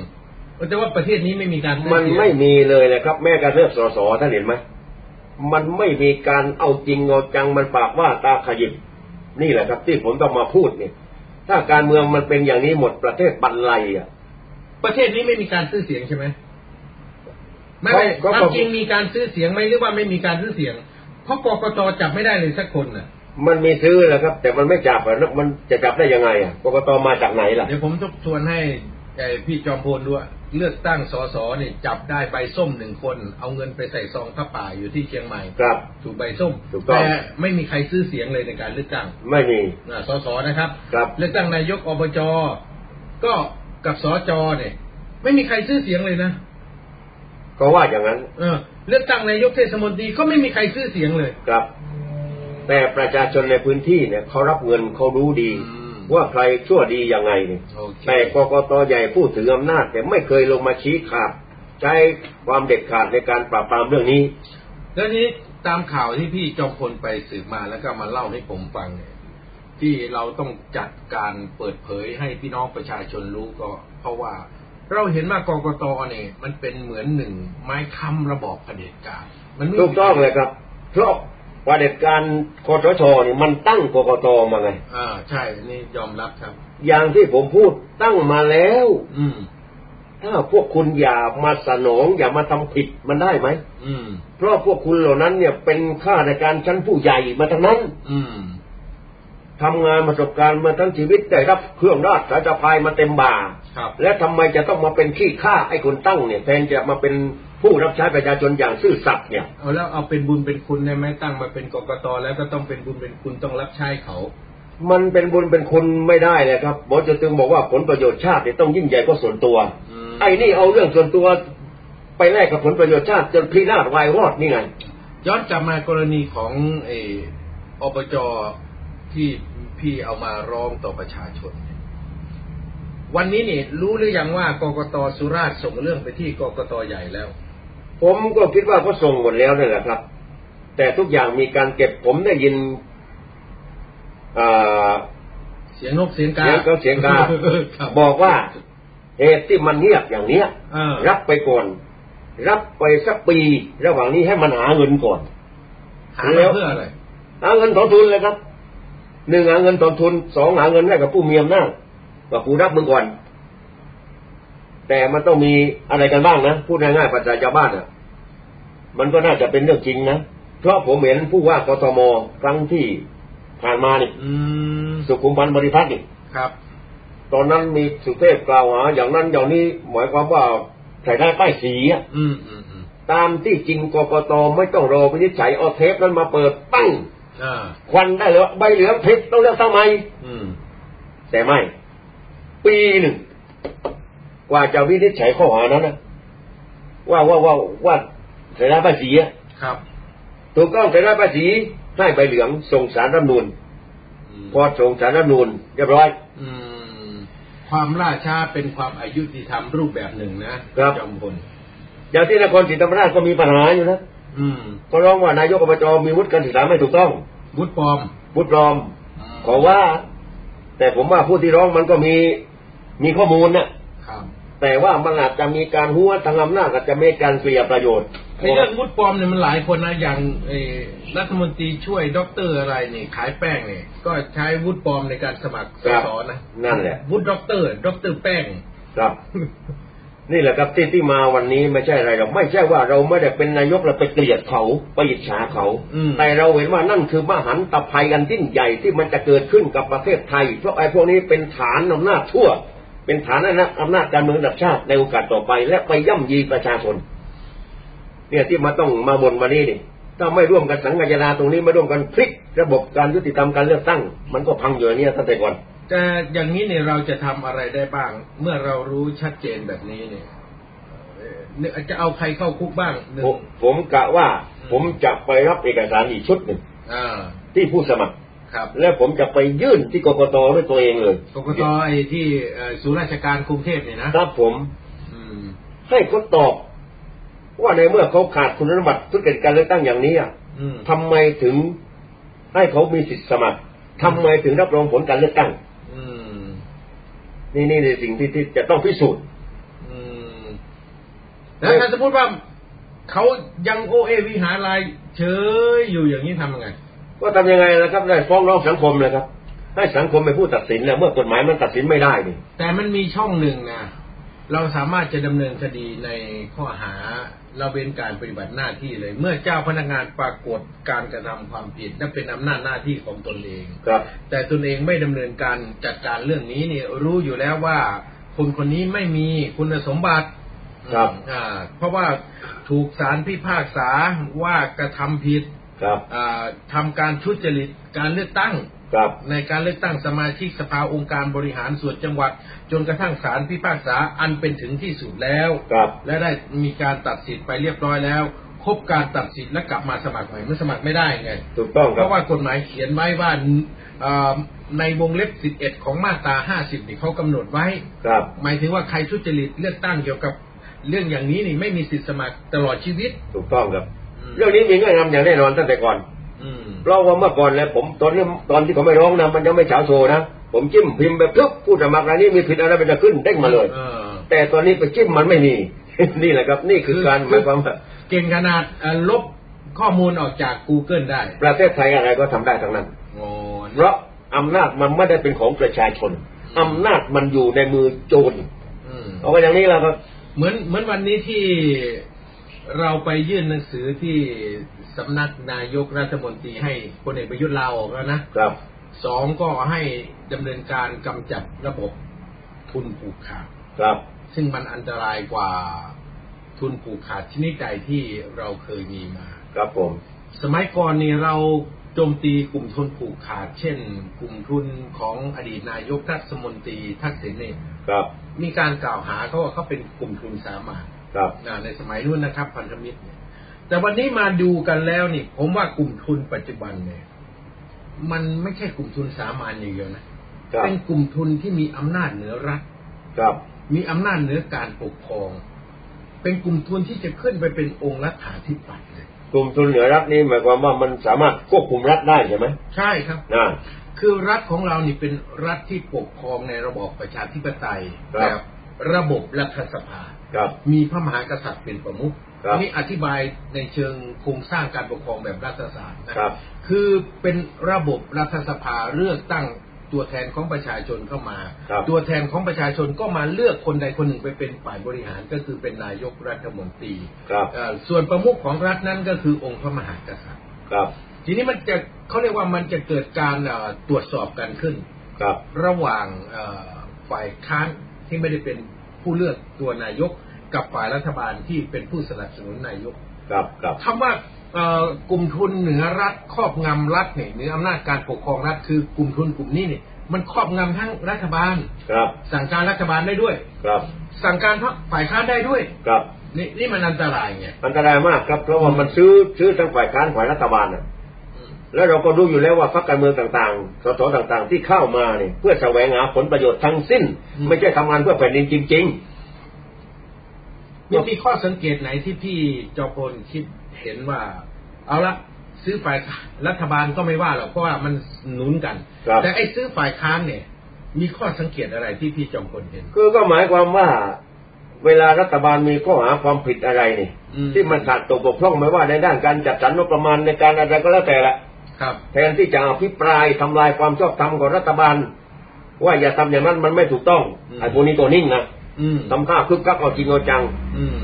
B: แต่ว่าประเทศนี้ไม่มีการซื้อ
C: มัน
B: เสียง
C: ไม่มีเลยนะครับ แม้การเลือกสสท่านเห็นไหมมันไม่มีการเอาจริงเอาจังมันปากว่าตาขยิบนี่แหละครับที่ผมต้องมาพูดเนี่ยถ้าการเมืองมันเป็นอย่างนี้หมดประเทศบันไลอ่ะ
B: ประเทศนี้ไม่มีการซื้อเสียงใช่ไหมไม่ไม่
C: ก็ก็
B: ความจริงมีการซื้อเสียงไหมหรือว่าไม่มีการซื้อเสียง เพราะกกตจับไม่ได้เลยสักคนน่ะ
C: มันมีซื้อแหละครับ แต่มันไม่จับอะแล้วมันจะจับได้ยังไงอ่ะกกตมาจากไหนล่ะ
B: เดี๋ยวผมทบทวนให้ไอ้พี่จอมพลด้วยเลือกตั้งสสเนี่ยจับได้ใบส้มหนึ่งคน เอาเงินไปใส่ซองผ้าป่าอยู่ที่เชียงใหม่
C: ครับ
B: ถูกใบส้ม
C: ถูกต้อง
B: แต่ไม่มีใครซื้อเสียงเลยในการเลือกตั้ง
C: ไม่มี
B: อ่าสสนะครับ
C: ครับ
B: เลือกตั้งนายกอบจก็กับสจเนี่ย ไม่มีใครซื้อเสียงเลยนะ
C: ก็ว่าอย่างนั้น
B: เออเลือกตั้งนายกเทศมนตรีก็ไม่มีใครซื้อเสียงเลย
C: ครับ แต่ประชาชนในพื้นที่เนี่ยเขารับเงินเขารู้ดี
B: อืม
C: ว่าใครชั่วดียังไงเนี่ย
B: โอเค
C: แต่กกตใหญ่ผู้ถืออำนาจแต่ยไม่เคยลงมาชี้ขาดใช้ความเด็ดขาดในการปราบปรามเรื่องนี้
B: แล้วนี้ตามข่าวที่พี่จอมพลไปสืบมาแล้วก็มาเล่าให้ผมฟังเนี่ย ที่เราต้องจัดการเปิดเผยให้พี่น้องประชาชนรู้ก็ เพราะว่าเราเห็นว่ากกตเนี่ย มันเป็นเหมือนหนึ่งไม้ค้ำระบอบเผด็จการมันไม่มี
C: ถูกต้องเลยครับ เพราะว่าเด็ดการคอสชเนี่ยมันตั้งกกตมาไง
B: อ่าใช่อันนี่ยอมรับครับ
C: อย่างที่ผมพูดตั้งมาแล้ว
B: อืม
C: ถ้าพวกคุณอย่ามาสนองอย่ามาทำผิดมันได้ไหม
B: อืม
C: เพราะพวกคุณเหล่านั้นเนี่ยเป็นข้าราชการชั้นผู้ใหญ่มาทั้งนั้น
B: อืม
C: ทำงานประสบการณ์มาทั้งชีวิตได้รับเครื่องราชสายพายมาเต็มบ่า
B: ครับ
C: และทำไมจะต้องมาเป็นขี้ข้าไอ้คนตั้งเนี่ยแทนจะมาเป็นผู้รับใช้ประชาชนอย่างซื่อสัตย์เนี่ย
B: เอาแล้วเอาเป็นบุญเป็นคุณได้ไหมตั้งมาเป็นกกตแล้วก็ต้องเป็นบุญเป็นคุณต้องรับใช้เขา
C: มันเป็นบุญเป็นคุณไม่ได้เลยครับหมอจะตึงบอกว่าผลประโยชน์ชาติเนี่ยต้องยิ่งใหญ่กว่าส่วนตัว
B: อืม
C: ไอ้นี่เอาเรื่องส่วนตัว ไปแลกกับผลประโยชน์ชาติจนพินาศวายวอดนี่ไง
B: ย้อนกลับมากรณีของเอออบจที่พี่เอามาร้องต่อประชาชนเนี่ยวันนี้เนี่ยรู้หรือยังว่ากกตสุราษฎร์ส่งเรื่องไปที่กกตใหญ่แล้ว
C: ผมก็คิดว่าก็ส่งหมดแล้วนี่นแหละครับ แต่ทุกอย่างมีการเก็บผมได้ยินอ่า
B: เสียงนกเสียงกา
C: เสียงก็เสียงกา
B: ครับ
C: บอกว่าเหตุที่มันเงียบอย่างเนี้ย
B: เออ
C: รับไปก่อน รับไปสักปี ระหว่างนี้ให้มันหาเงินก่อน
B: หามาเพื่ออะไร
C: หาเงินถอนทุนเลยครับหนึ่งหาเงินถอนทุนสองหาเงินให้กับผู้มีอำนาจว่ากูรับมึงก่อน แต่มันต้องมีอะไรกันบ้างนะพูดง่ายๆปัจจัยชาวบ้านอ่ะ มันก็น่าจะเป็นเรื่องจริงนะเพราะผมเห็นผู้ว่ากทมครั้งที่ผ่านมานี่
B: อืม
C: สุขุมพันธ์บริพัตรนี่
B: ครับ
C: ตอนนั้นมีสุเทพกล่าวหาอย่างนั้นอย่างนี้หมายความว่าใส่ได้ป้ายสีอะ
B: อืมอืมอืม
C: ตามที่จริงกกตไม่ต้องรอวินิจฉัยเอาเทปนั้นมาเปิดปั้ง
B: อ่า
C: ควันได้เลยว่าใบเหลืองผิดต้องเลือกตั้งใหม่
B: อืม
C: แต่ไม่ ปีหนึ่ง กว่าจะวินิจฉัยข้อหานั้นนะว่าว่าว่าว่าใส่ได้ป้ายสีอะ
B: ครับ
C: ถูกต้องใส่ได้ป้ายสีให้ใบเหลืองส่งสารรัฐธรรมนูล
B: ม
C: พอส่งสารรัฐธรรมนูลเรียบร้อย
B: อืมความล่าช้าเป็นความอายุติธรรมรูปแบบหนึ่งนะครับ จอมพล
C: อย่างที่นครศรีธรรมราชก็มีปัญหาอยู่นะ
B: อืม
C: ก็ร้องว่านายกอบจมีวุฒิการศึกษาไม่ถูกต้อง
B: บุตรปลอม
C: บุตรรอม ขอว่า แต่ผมว่าผู้ที่ร้องมันก็มีมีข้อมูลนะครับ แต่ว่ามันอาจจะมีการหัวทางอำนาจอาจจะมีการเสียประโยชน์
B: ในเรื่องวุฒิปลอมเนี่ยมันหลายคนนะอย่างเอ่อรัฐมนตรีช่วยด็อกเตอร์อะไรนี่ขายแป้งเนี่ยก็ใช้วุฒิปลอมในการสมัครส
C: ครับ
B: สนะ
C: นั่นแหละ
B: วุฒิด็อกเตอร์ด็อกเตอร์แป้ง
C: ครับ นี่แหละครับที่ที่มาวันนี้ไม่ใช่อะไรหรอกไม่ใช่ว่าเราไม่ได้เป็นนายกเราไปเกลียดเขาไปอิจฉาเขา
B: อืม
C: แต่เราเห็นว่านั่นคือมหันตภัยกันยิ่งใหญ่ที่มันจะเกิดขึ้นกับประเทศไทย เพราะไอ้พวกนี้เป็นฐานอำนาจทั่ว เป็นฐานอำนาจการเมืองระดับชาติในโอกาสต่อไป และไปย่ำยีประชาชน เนี่ยที่มาต้องมาบ่นวันนี้นี่ ถ้าไม่ร่วมกันสังกัญญาตรงนี้ไม่ร่วมกันพลิกระบบการยุติธรรมการเลือกตั้ง มันก็พังอยู่อย่างเนี่ยตั้งแต่ก่อน
B: แต่อย่างนี้เนี่ยเราจะทำอะไรได้บ้าง เมื่อเรารู้ชัดเจนแบบนี้เนี่ยเอ่อเนี่ยจะเอาใครเข้าคุกบ้างหนึ่
C: ผ
B: ง
C: มผมกะว่า
B: อืม
C: ผมจะไปรับเอกสารอีกชุดหนึ่ง
B: อ่า
C: ที่ผู้สมัคร
B: ครับ
C: และผมจะไปยื่นที่กกตด้วยตัวเองเลย
B: กกตไอ้ที่เอ่อศูนย์ราชการกรุงเทพเนี่ยนะครับ
C: ผม
B: อืม
C: ให้เขาตอบว่าในเมื่อเขาขาดคุณสมบัติทุจริตการเลือกตั้งอย่างนี้อะ
B: อืม
C: ทำไมถึงให้เขามีสิทธิสมัครทำไมถึงรับรองผลการเลือกตั้ง
B: อืม
C: นี่นี่ในสิ่งที่ที่จะต้องพิสูจน์
B: อืมแล้วถ้าสมมติว่าเขายังโอเอวิหารายเฉยอยู่อย่างนี้ทำยังไง
C: ว่าทำยังไงนะครับได้ฟ้องร้องสังคมเลยครับ ให้สังคมเป็นผู้ตัดสินแล้วเมื่อกฎหมายมันตัดสินไม่ได้นี่
B: แต่มันมีช่องหนึ่งนะ เราสามารถจะดำเนินคดีในข้อหาละเว้นการปฏิบัติหน้าที่เลย เมื่อเจ้าพนักงานปรากฏการกระทำความผิดนั่นเป็นอำนาจหน้าที่ของตนเอง
C: ครับ
B: แต่ตนเองไม่ดำเนินการจัดการเรื่องนี้เนี่ยรู้อยู่แล้วว่า คนคนนี้ไม่มีคุณสมบัติ
C: ครับ
B: อ่าเพราะว่าถูกศาลพิพากษาว่ากระทำผิด
C: ครับ
B: อ่าทำาการทุจริตการเลือกตั้ง
C: ครับ
B: ในการเลือกตั้งสมาชิกสภาองค์การบริหารส่วนจังหวัด จนกระทั่งศาลพิพากษาอันเป็นถึงที่สุดแล้ว
C: ครับ
B: และได้มีการตัดสินไปเรียบร้อยแล้วครบการตัดสินและกลับมาสมัครใหม่มันสมัครไม่ได้ไง
C: ถูกต้อง
B: เพ
C: ครับ
B: ราะว่ากฎหมายเขียนไว้ว่าเอ่อในวงเล็บ 11 ของมาตรา 50นี่เขากำหนดไว้
C: ครับ
B: หมายถึงว่าใครทุจริตเลือกตั้งเกี่ยวกับเรื่องอย่างนี้นี่ไม่มีสิทธิสมัครตลอดชีวิต
C: ถูกต้องครับ
B: อืม
C: เรื่องนี้มีเงื่อนงำอย่างแน่นอนตั้งแต่ก่อน
B: อืม
C: เพราะว่าเมื่อก่อนแล้วผมตอนที่ตอนที่เขาไม่ร้องนะมันยังไม่เฉาโชว์นะ ผมจิ้มพิมพ์แบบปุ๊บผู้สมัครรายนี้มีผิดอะไรเป็นจะขึ้นเด้งมาเลย
B: ออ
C: แต่ตอนนี้ไปจิ้มมันไม่มี นี่แหละครับ นี่คือการหมายความว่า
B: เก่งขนาดเอ่อลบข้อมูลออกจาก Google ได้
C: ประเทศไทยอะไรก็ทำได้ทั้งนั้น
B: โอ้
C: เพราะอำนาจมันไม่ได้เป็นของประชาชนอำนาจมันอยู่ในมือโจร
B: อืม
C: เอาไว้อย่างนี้แล้วครับ
B: เหมือนเหมือนวันนี้ที่เราไปยื่นหนังสือที่สำนักนายกรัฐมนตรีให้พลเอกประยุทธ์ลาออกแล้วนะ
C: ครับ
B: สองก็ให้ดำเนินการกำจัดระบบทุนผูกขาด
C: ครับ
B: ซึ่งมันอันตรายกว่าทุนผูกขาดชนิดใดที่เราเคยมีมา
C: ครับผม
B: สมัยก่อนนี่เราโจมตีกลุ่มทุนผูกขาด เช่น กลุ่มทุนของอดีตนายกรัฐมนตรีทักษิณเนี่ย
C: ครับ
B: มีการกล่าวหาเขาว่าเขาเป็นกลุ่มทุนสามัญ
C: ครับ
B: นะในสมัยนู้นนะครับพันธมิตรเนี่ยแต่วันนี้มาดูกันแล้วนี่ ผมว่ากลุ่มทุนปัจจุบันเนี่ย มันไม่ใช่กลุ่มทุนสามัญอย่างเดียวนะ
C: ครับ
B: เป็นกลุ่มทุนที่มีอำนาจเหนือรัฐ
C: ครับ
B: มีอำนาจเหนือการปกครอง เป็นกลุ่มทุนที่จะขึ้นไปเป็นองค์รัฐาธิปัตย์เลย
C: กลุ่มทุนเหนือรัฐนี่หมายความว่ามันสามารถควบคุมรัฐได้ใช่ไหม
B: ใช่ครับ
C: นะ
B: คือรัฐของเรานี่เป็นรัฐที่ปกครองในระบอบประชาธิปไตย
C: ครับ
B: แบบระบบรัฐสภา
C: ครับ
B: มีพระมหากษัตริย์เป็นประมุข
C: ครับ
B: นี่อธิบายในเชิงโครงสร้างการปกครองแบบรัฐศาสตร์นะครับ คือเป็นระบบรัฐสภาเลือกตั้งตัวแทนของประชาชนเข้ามา
C: ครับ
B: ตัวแทนของประชาชนก็มาเลือกคนใดคนหนึ่งไปเป็นฝ่ายบริหารก็คือเป็นนายกรัฐมนตรี
C: ครับ
B: เอ่อส่วนประมุขของรัฐนั้นก็คือองค์พระมหากษัตริย์
C: ครับ
B: ทีนี้มันจะเขาเรียกว่ามันจะเกิดการเอ่อตรวจสอบกันขึ้น
C: ครับ
B: ระหว่างเอ่อฝ่ายค้านที่ไม่ได้เป็นผู้เลือกตัวนายก กับฝ่ายรัฐบาลที่เป็นผู้สนับสนุนนายก
C: ครับ ครับ
B: คำว่าเอ่อกลุ่มทุนเหนือรัฐครอบงำรัฐเนี่ยเหนืออำนาจการปกครองรัฐคือกลุ่มทุนกลุ่มนี้เนี่ยมันครอบงำทั้งรัฐบาล
C: ครับ
B: สั่งการรัฐบาลได้ด้วย
C: ครับ
B: สั่งการฝ่ายค้านได้ด้วย
C: ครับ
B: นี่นี่มันอันตรายไง
C: อันตรายมากครับ เพราะว่ามันซื้อ ซื้อทั้งฝ่ายค้านฝ่ายรัฐบาลน่ะ
B: อืม
C: แล้วเราก็รู้อยู่แล้วว่าพรรคการเมืองต่างๆ สสต่างๆ ที่เข้ามาเนี่ยเพื่อแสวงหาผลประโยชน์ทั้งสิ้น ไม่ใช่ทำงานเพื่อแผ่นดินจริง
B: มีมีข้อสังเกตไหนที่พี่จอมพลคิดเห็นว่า เอาละซื้อฝ่ายค้านรัฐบาลก็ไม่ว่าหรอกเพราะว่ามันหนุนกัน
C: ครับ
B: แต่ไอ้ซื้อฝ่ายค้านเนี่ย มีข้อสังเกตอะไรที่พี่จอมพลเห็น
C: ๆ คือก็หมายความว่า เวลารัฐบาลมีข้อหาความผิดอะไรนี่
B: อืม
C: ที่มันขาดตกบกพร่องไม่ว่าในด้านการจัดสรรงบประมาณในการอะไรก็แล้วแต่ละ
B: ครับ
C: แทนที่จะอภิปรายทำลายความชอบธรรมของรัฐบาล ว่าอย่าทำอย่างนั้นมันไม่ถูกต้องไอ้พวกนี้ตัวนิ่งนะ
B: อืม
C: ทำท่าคึกคักเอาจริงเอาจัง
B: อืม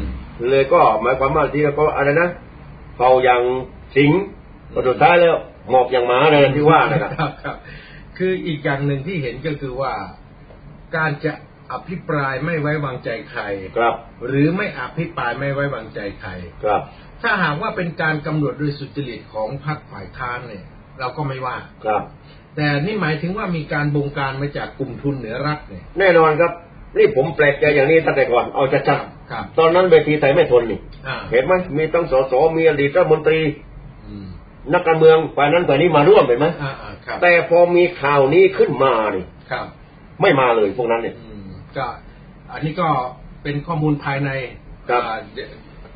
C: เลยก็หมายความว่าที่เราก็อะไรนะเป่าอย่างสิงห์ก็สุดท้ายแล้วหมอบอย่างหมาเลยที่ว่านะครับ
B: ครับครับคืออีกอย่างหนึ่งที่เห็นก็คือว่าการจะอภิปรายไม่ไว้วางใจใคร
C: ครับ
B: หรือไม่อภิปรายไม่ไว้วางใจใคร
C: ครับ
B: ถ้าหากว่าเป็นการกำหนดโดยสุจริตของพรรคฝ่ายค้านเนี่ย เราก็ไม่ว่า
C: ครับ
B: แต่นี่หมายถึงว่ามีการบงการมาจากกลุ่มทุนเหนือรัฐเนี่ย
C: แน่นอนครับ นี่ผมแปลกใจอย่างนี้ตั้งแต่ก่อนเอาชัด
B: ครับ
C: ๆตอนนั้นเวทีไทยไม่ทนนี่
B: อ่า
C: เห็นไหมมีตั้งสสมีอดีตรัฐมนตรี
B: อืม
C: นักการเมืองฝ่ายนั้นฝ่ายนี้มาร่วมเห็นไหม
B: อ่าอ่าครับ
C: แต่พอมีข่าวนี้ขึ้นมานี่
B: ครับ
C: ไม่มาเลยพวกนั้นเนี่ย
B: อืมก็อันนี้ก็เป็นข้อมูลภายใน
C: ครับ
B: อ่าเดี๋ยว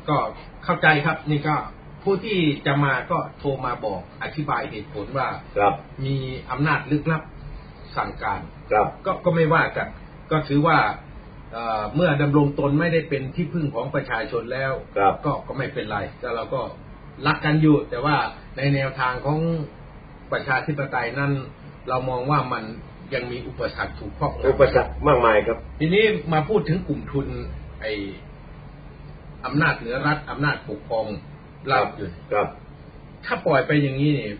B: ก็เข้าใจครับ นี่ก็ผู้ที่จะมาก็โทรมาบอกอธิบายเหตุผลว่า
C: ครับ
B: มีอำนาจลึกลับสั่งการ
C: ครับ
B: ก็ก็ไม่ว่ากัน ก็ถือว่าเอ่อเมื่อดำรงตนไม่ได้เป็นที่พึ่งของประชาชนแล้ว
C: ครับ
B: ก็ก็ไม่เป็นไรแต่เราก็รักกันอยู่ แต่ว่าในแนวทางของประชาธิปไตยนั้น เรามองว่ามันยังมีอุปสรรคถูกข้อง
C: อุปสรรคมากมายครับ
B: ทีนี้มาพูดถึงกลุ่มทุน ไออำนาจเหนือรัฐอำนาจปกครองเราอยู่
C: ครับ
B: ถ้าปล่อยไปอย่างนี้เนี่ย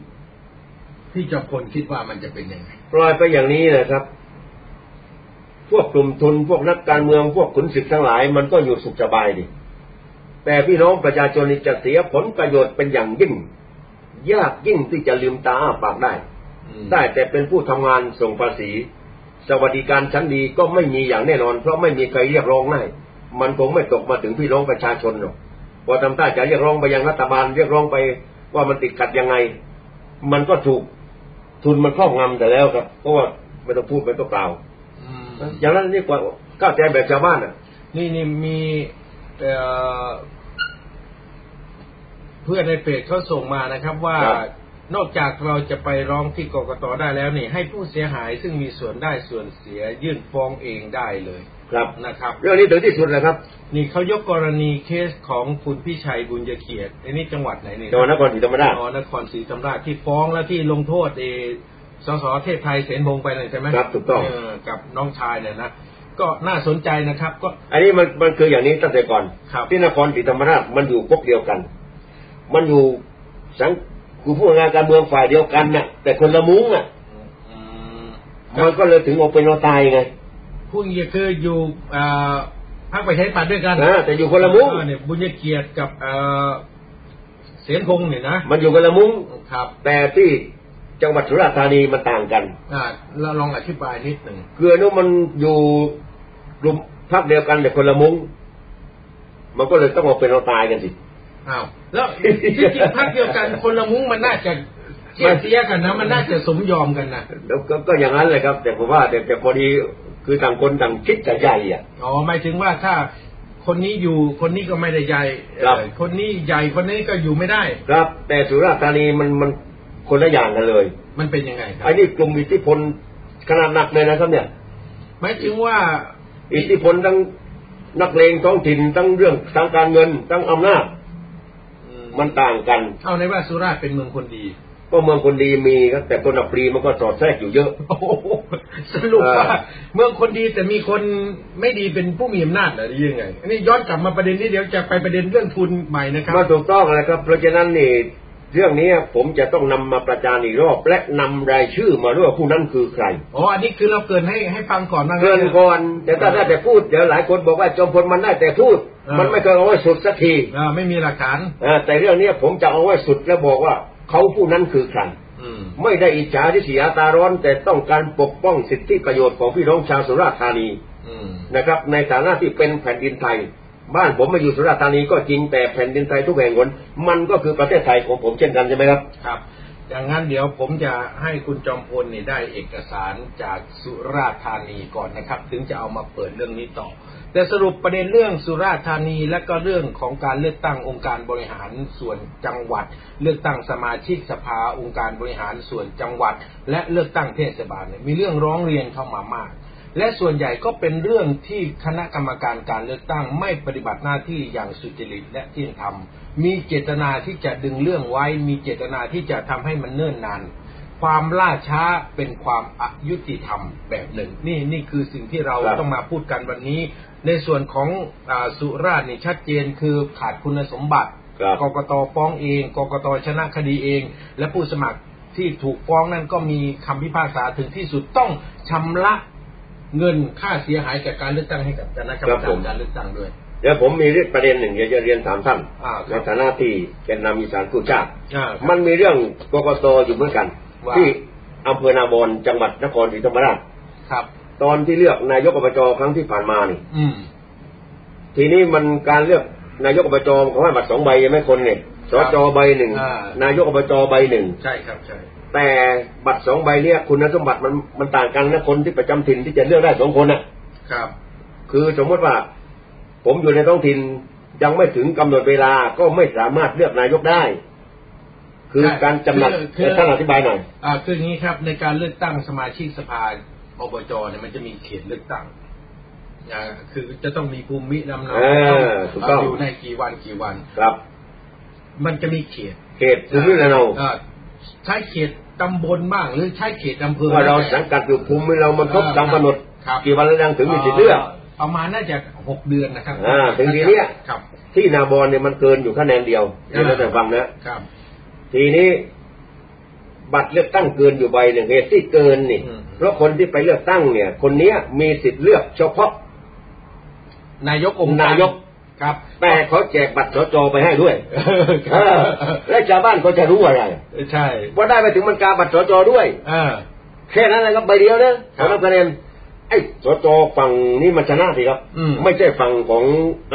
B: พี่จอมพลคิดว่ามันจะเป็นยังไง
C: ปล่อยไปอย่างนี้นะครับ พวกกลุ่มทุนพวกนักการเมืองพวกขุนศึกทั้งหลาย มันก็อยู่สุขสบายดิ แต่พี่น้องประชาชนนี่จะเสียผลประโยชน์เป็นอย่างยิ่ง ยากยิ่งที่จะลืมตาอ้าปากได้ ได้แต่เป็นผู้ทำงานส่งภาษี สวัสดิการชั้นดีก็ไม่มีอย่างแน่นอน เพราะไม่มีใครเรียกร้องได้มันคงไม่ตกมาถึงพี่น้องประชาชนหรอกพอทำท่าจะเรียกร้องไปยังรัฐบาลเรียกร้องไปว่ามันติดขัดยังไง มันก็ถูกทุนมันครอบงำแต่แล้วครับเพราะว่าไม่ต้องพูดไปก็เปล่า
B: อืม
C: อย่างนั้นนี่กว่าก้าวใจแบบชาวบ้านอ่ะ
B: นี่นี่มีเอ่อเพื่อนในเพจเขาส่งมานะครับ ว่า
C: ครับ
B: นอกจากเราจะไปร้องที่กกตได้แล้วนี่ ให้ผู้เสียหายซึ่งมีส่วนได้ส่วนเสียยื่นฟ้องเองได้เลย
C: ครับ
B: นะครับ
C: เรื่องนี้ถึงที่สุดแล้วครับ
B: นี่เขายกกรณีเคสของคุณพี่ชัยบุญยเกียรติอันนี้จังหวัดไหนเนี่ย
C: จังหวัดนครศรีธรรมราช
B: นครศรีธรรมราชที่ฟ้องและที่ลงโทษเออสสเทพไทยเสนพงษ์ไปเลยใช่ไหม
C: ครับถูกต้อง
B: เกับน้องชายเนี่ยนะ ก็น่าสนใจนะครับ ก็
C: อันนี้มันมันคืออย่างนี้ตั้งแต่ก่อน
B: ครับ
C: ที่นครศรีธรรมราชมันอยู่พวกเดียวกัน มันอยู่สังคือผู้งานการเมืองฝ่ายเดียวกันน่ะ แต่คนละมุ้งอ่ะ
B: อืม
C: มันก็เลยถึงออกเป็นเอาตายไง
B: พูดง่ายๆคืออยู่เอ่อพรรคประชาธิปัตย์ด้วยกัน
C: นะแต่อยู่คนละมุ้ง
B: เออเนี่ยบุญยเกียรติกับเอ่อเสนพงษ์เนี่ยนะ
C: มันอยู่คนละมุ้ง
B: ครับ
C: แต่ที่จังหวัดสุราษฎร์ธานีมันต่างกัน
B: อ่าเราลองอธิบายนิดหนึ่ง
C: คืออนุมันอยู่กลุ่มพักเดียวกันแต่คนละมุ้ง มันก็เลยต้องออกเป็นเอาตายกันสิ
B: อ้าวแล้วจริงๆพรรคเดียวกันคนละมุ้งมันน่าจะเสียเสียกันนะ มันน่าจะสมยอมกันนะ
C: แล้วก็ก็อย่างนั้นเลยครับ แต่ผมว่าแต่แต่พอดีคือต่างคนต่างคิดแต่ใหญ่อ่ะ
B: อ๋อหมายถึงว่าถ้าคนนี้อยู่คนนี้ก็ไม่ได้ใหญ่
C: ครับ
B: เอ่อคนนี้ใหญ่คนนี้ก็อยู่ไม่ได้
C: ครับ แต่สุราษฎร์ธานีมันมันคนละอย่างกันเลย
B: มันเป็นยังไงครั
C: ไอ้นี่กลุ่มอิทธิพลขนาดหนักเลยนะครับเนี่ย
B: หมายถึงว่า
C: อิทธิพลทั้งนักเลงท้องถิ่นทั้งเรื่องทางการเงินทั้งอำนาจ
B: อื
C: มันต่างกัน
B: เอาในว่าสุราษฎร์เป็นเมืองคนดี
C: ก็เมืองคนดีมีครับแต่คนอัปรีมันก็สอดแทรกอยู่เยอะ
B: โอ้โหสรุปว่า
C: เออ
B: เมืองคนดีแต่มีคนไม่ดีเป็นผู้มีอำนาจเหรือยังไง อันนี้ย้อนกลับมาประเด็นนี้เดี๋ยวจะไปประเด็นเรื่องทุนใหม่นะครับ
C: มันถูกต้องเลยครับ เพราะฉะนั้นนี่เรื่องนี้ผมจะต้องนำมาประจานอีกรอบ และนำรายชื่อมาด้วยว่าผู้นั้นคือใคร
B: อ๋อ อันนี้คือเราเกรินให้ให้ฟังก่อนว่า
C: เกิ
B: งั้น
C: น
B: เถอะ
C: ก่อนแต่ถ้าได้แต่พูดเดี๋ยวหลายคนบอกว่าจอมพลมันได้แต่พูด
B: เออ
C: มันไม่เคยเอาไว้สุดสักที
B: อ่าไม่มีหลักฐาน
C: เออแต่เรื่องนี้ผมจะเอาไว้สุดแล้วบอกว่า เขาผู้นั้นคือใคร
B: อืม
C: ไม่ได้อิจฉาที่เสียตาร้อน แต่ต้องการปกป้องสิทธิประโยชน์ของพี่น้องชาวสุราษฎร์ธานี
B: อืม
C: นะครับ ในฐานะที่เป็นแผ่นดินไทย บ้านผมมาอยู่สุราษฎร์ธานีก็จริงแต่แผ่นดินไทยทุกแห่งหนมันก็คือประเทศไทยของผมเช่นกันใช่ไหมครับ
B: ครับอย่างนั้นเดี๋ยวผมจะให้คุณจอมพลนี่ได้เอกสารจากสุราษฎร์ธานีก่อนนะครับ ถึงจะเอามาเปิดเรื่องนี้ต่อ แต่สรุปประเด็นเรื่องสุราษฎร์ธานีและก็เรื่องของการเลือกตั้งองค์การบริหารส่วนจังหวัด เลือกตั้งสมาชิกสภาองค์การบริหารส่วนจังหวัด และเลือกตั้งเทศบาลเนี่ยมีเรื่องร้องเรียนเข้ามามาก และส่วนใหญ่ก็เป็นเรื่องที่คณะกรรมการการเลือกตั้งไม่ปฏิบัติหน้าที่อย่างสุจริตและเที่ยงธรรม มีเจตนาที่จะดึงเรื่องไว้ มีเจตนาที่จะทำให้มันเนิ่นนาน ความล่าช้าเป็นความอายุติธรรมแบบหนึ่ง นี่นี่คือสิ่งที่เรา
C: ครับ
B: ต้องมาพูดกันวันนี้ ในส่วนของอาสุราษฎร์นี่ชัดเจนคือขาดคุณสมบัติ
C: ครับ
B: กกตฟ้องเอง กกตชนะคดีเอง และผู้สมัครที่ถูกฟ้องนั่นก็มีคำพิพากษาถึงที่สุดต้องชำระเงินค่าเสียหายจากการเลือกตั้งให้กับคณะกรรม
C: ครับ
B: กา
C: ผ
B: ร
C: ม
B: การเลือกตั้งด้วย
C: เดี๋ยวผมมีเรื่องประเด็นหนึ่งอยากจะเรียนถามท่าน
B: อ่าค
C: ใน
B: รับ
C: ฐานะที่แกนนำอีสานกู้ชาติ
B: อ่าครับ
C: มันมีเรื่องกกตอยู่เหมือนกัน
B: ว่า
C: ที่อำเภอนาบอนจังหวัดนครศรีธรรมราช
B: ครับ
C: ตอนที่เลือกนายกอบจครั้งที่ผ่านมานี่
B: อืม
C: ทีนี้มันการเลือกนายกอบจเขาให้บัตรสองใบยังไม่คนเนี่ยสจใบหนึ่ง
B: อ่า
C: นายกอบจใบหนึ่ง
B: ใช่ครับใช่
C: แต่บัตรสองใบเนี่ยคุณสมบัติมันมันต่างกันนะคนที่ประจำถิ่นที่จะเลือกได้สองคนน่ะ
B: ครับ
C: คือสมมติว่า ผมอยู่ในท้องถิ่นยังไม่ถึงกำหนดเวลาก็ไม่สามารถเลือกนายกได้ คือ
B: ใช่
C: การจำหนัก
B: คือคือ
C: ให้ท่านอธิบายหน่อย
B: อ่าคืออย่างนี้ครับในการเลือกตั้งสมาชิกสภาอบจเนี่ยมันจะมีเขตเลือกตั้งอ่าคือจะต้องมีภูมิลำเนา
C: เออถูกต้อง
B: อยู่ในกี่วันกี่วัน
C: ครับ
B: มันจะมีเขต
C: เขตภูมิลำเนา
B: อ่าใช้เขตตำบลบ้างหรือใช้เขตอำเภอ
C: ว่าเราสังกัดอยู่ภูมิเรามันครบ
B: เออ
C: ตามกำหนด
B: ครับ
C: กี่วันแล้วยังถึงมีสิทธิ์เลือก
B: ประมาณน่าจะหกเดือนนะครับ
C: อ่าถึงทีเนี้ย
B: ครับ
C: ที่นาบอนเนี่ยมันเกินอยู่คะแนนเดียว
B: อ่า
C: เดี๋ยวเราจะฟังนะครับ ทีนี้ บัตรเลือกตั้งเกินอยู่ใบหนึ่งเหตุที่เกินนี่
B: อืม
C: เพราะคนที่ไปเลือกตั้งเนี่ย คนเนี้ยมีสิทธิ์เลือกเฉพาะ
B: นายกองค์กร
C: นายก
B: ครับ
C: แต่เขาแจกบัตรสจไปให้ด้วย เออและชาวบ้านเขาจะรู้อะไร
B: ใช่
C: ว่าได้ไปถึงมันกาบัตรสจด้วย
B: เออ
C: แค่นั้นแหละครับใบเดียวนะครับ สำหรับคะแนนไอ้สจฝั่งนี้มันชนะสิครับ
B: อืม
C: ไม่ใช่ฝั่งของ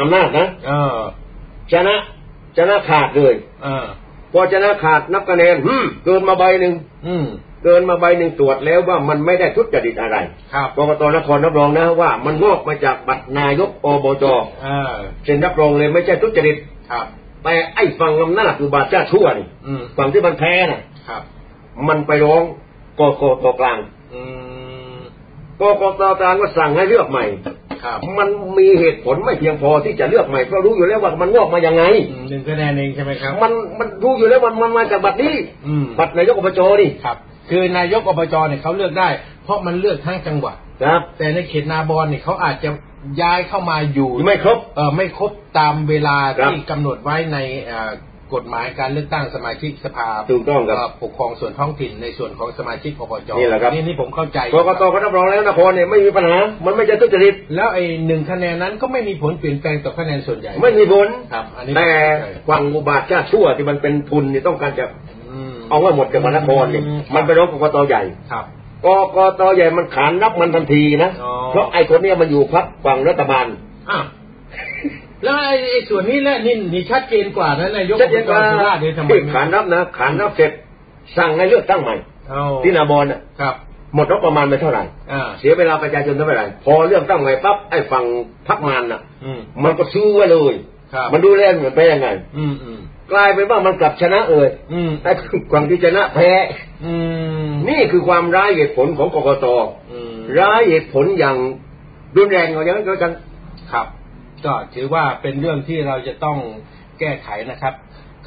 C: อำนาจนะ
B: เออ
C: ชนะชนะขาดเลย
B: เออ
C: พอชนะขาดนับคะแนนหึ่มเกินมาใบหนึ่ง
B: อืม
C: เกินมาใบหนึ่งตรวจแล้วว่ามันไม่ได้ทุจริตอะไร
B: ครับ
C: กกตนครรับรองนะว่ามันงอกมาจากบัตรนายกอบจ
B: เออ
C: เซ็นรับรองเลยไม่ใช่ทุจริต
B: ครับ
C: แต่ไอ้ฝั่งอำนาจคือบาดเจ้าชั่วนี่
B: อืม
C: ฝั่งที่มันแพ้น่ะ
B: ครับ
C: มันไปร้องกกตกลาง
B: อืม
C: กกตกลางก็สั่งให้เลือกใหม่
B: ครับ
C: มันมีเหตุผลไม่เพียงพอที่จะเลือกใหม่เพราะรู้อยู่แล้วว่ามันงอกมายังไง
B: อืมหนึ่งคะแนนเองใช่ไหมครับ
C: มันมันรู้อยู่แล้วมันมันมาจากบัตรนี้
B: อืม
C: บัตรนายกอบจนี่
B: ครับ คือนายกอบจเนี่ยเขาเลือกได้ เพราะมันเลือกทั้งจังหวัด
C: ครับ
B: แต่ในเขตนาบอนเนี่ยเขาอาจจะย้ายเข้ามาอยู่
C: ไม่ครบ
B: เอ่อไม่ครบตามเวลา
C: ครับ
B: ที่กำหนดไว้ในเอ่อกฎหมายการเลือกตั้งสมาชิกสภา
C: ถูกต้องครับ
B: เปกครองส่วนท้องถิ่นในส่วนของสมาชิกอบจ
C: นี่แหละครับ
B: นี่นี่ผมเข้าใจ
C: กกตก็รับรองแล้วนครเนี่ยไม่มีปัญหา มันไม่จะทุจริต
B: แล้วไอ้หนึ่งคะแนนนั้นก็ไม่มีผลเปลี่ยนแปลงต่อคะแนนส่วนใหญ่
C: ไม่มีผล
B: ครับ อันนี้
C: แต่
B: ผมเข้าใจ
C: ฝั่งอุบาทเจ้าชั่วที่มันเป็นทุนนี่ต้องการจะ
B: อืม
C: เอาว่าหมดจากบัตรนครนี่มันไปร้องกกตใหญ่
B: ครับ
C: กกตใหญ่มันขานรับมันทันทีนะ
B: อ๋อ
C: เพราะไอ้คนเนี้ยมันอยู่พักฝั่งรัฐบาล
B: อ่ะแล้วไอ้ไอ้ส่วนนี้แหละนี่นี่ชัดเจนกว่านะนายก
C: ชัดเจนว่า
B: อบจสุราษฎร์เนี่ยทำไม
C: ที่
B: ไม่
C: ขานรับนะขานรับเสร็จสั่งให้เลือกตั้งใหม่
B: เอา
C: ที่นาบอนน่ะ
B: ครับ
C: หมดงบประมาณไปเท่าไหร่
B: อ่า
C: เสียเวลาประชาชนเท่าไหร่ พอเลือกตั้งใหม่ปั๊บไอ้ฝั่งพักมันน่ะ
B: อืม
C: มันก็ซื้อไว้เลย
B: ครับ
C: มันดูแลเหมือนไปยังไง
B: อืมอืม
C: กลายเป็นว่ามันกลับชนะเอ่ย
B: อืม
C: ไอ้ฝั่งที่ชนะแพ้
B: อืม
C: นี่คือความร้ายเหตุผลของกกต
B: อืม
C: ร้ายเหตุผลอย่างรุนแรงเอาอย่างนั้นก็แล้วกัน
B: ครับ ก็ถือว่าเป็นเรื่องที่เราจะต้องแก้ไขนะครับ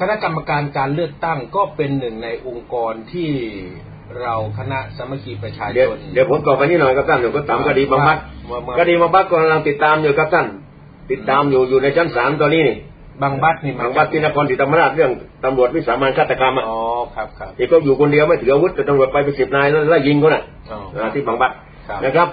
B: คณะกรรมการการเลือกตั้งก็เป็นหนึ่งในองค์กรที่เราคณะสามัคคีประชาช
C: เดี๋ยวน เดี๋ยวผมตอบไปนิดหน่อยครับท่านเดี๋ยวผมถาม
B: ครับ
C: คดีบำบัด
B: ว่ามา
C: คดีบำบัดกำลังติดตามอยู่ครับท่าน ติดตามอยู่อยู่ในชั้นศาลตอนนี้นี่
B: บางบัดนี่
C: ทางวัดที่นครศรีธรรมราชเรื่องตำรวจวิสามันฆาตกรรมอ่ะ
B: อ๋อครับครับ
C: ที่เขาอยู่คนเดียวไม่ถืออาวุธแต่ตำรวจไปเป็นสิบนายแล้วไล่ยิงเขาน่ะ
B: อ๋อ
C: อ่าที่บางบัด
B: ครับ
C: นะครับ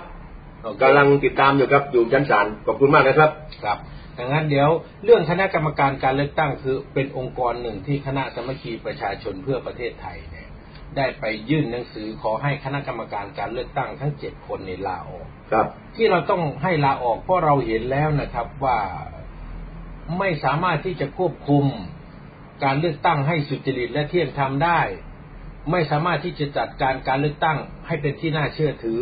B: โอเค
C: กำลังติดตามอยู่ครับอยู่ชั้นศาลขอบคุณมากนะครับ
B: ครับดังนั้นเดี๋ยวเรื่องคณะกรรมการการเลือกตั้งคือเป็นองค์กรหนึ่งที่คณะสามัคคีประชาชนเพื่อประเทศไทยเนี่ยได้ไปยื่นหนังสือขอให้คณะกรรมการการเลือกตั้งทั้งเจ็ดคนในยลาออก
C: ครับ
B: ที่เราต้องให้ลาออกเพราะเราเห็นแล้วนะครับว่าไม่สามารถที่จะควบคุมการเลือกตั้งให้สุจริตและเที่ยงธรรมได้ ไม่สามารถที่จะจัดการการเลือกตั้งให้เป็นที่น่าเชื่อถือ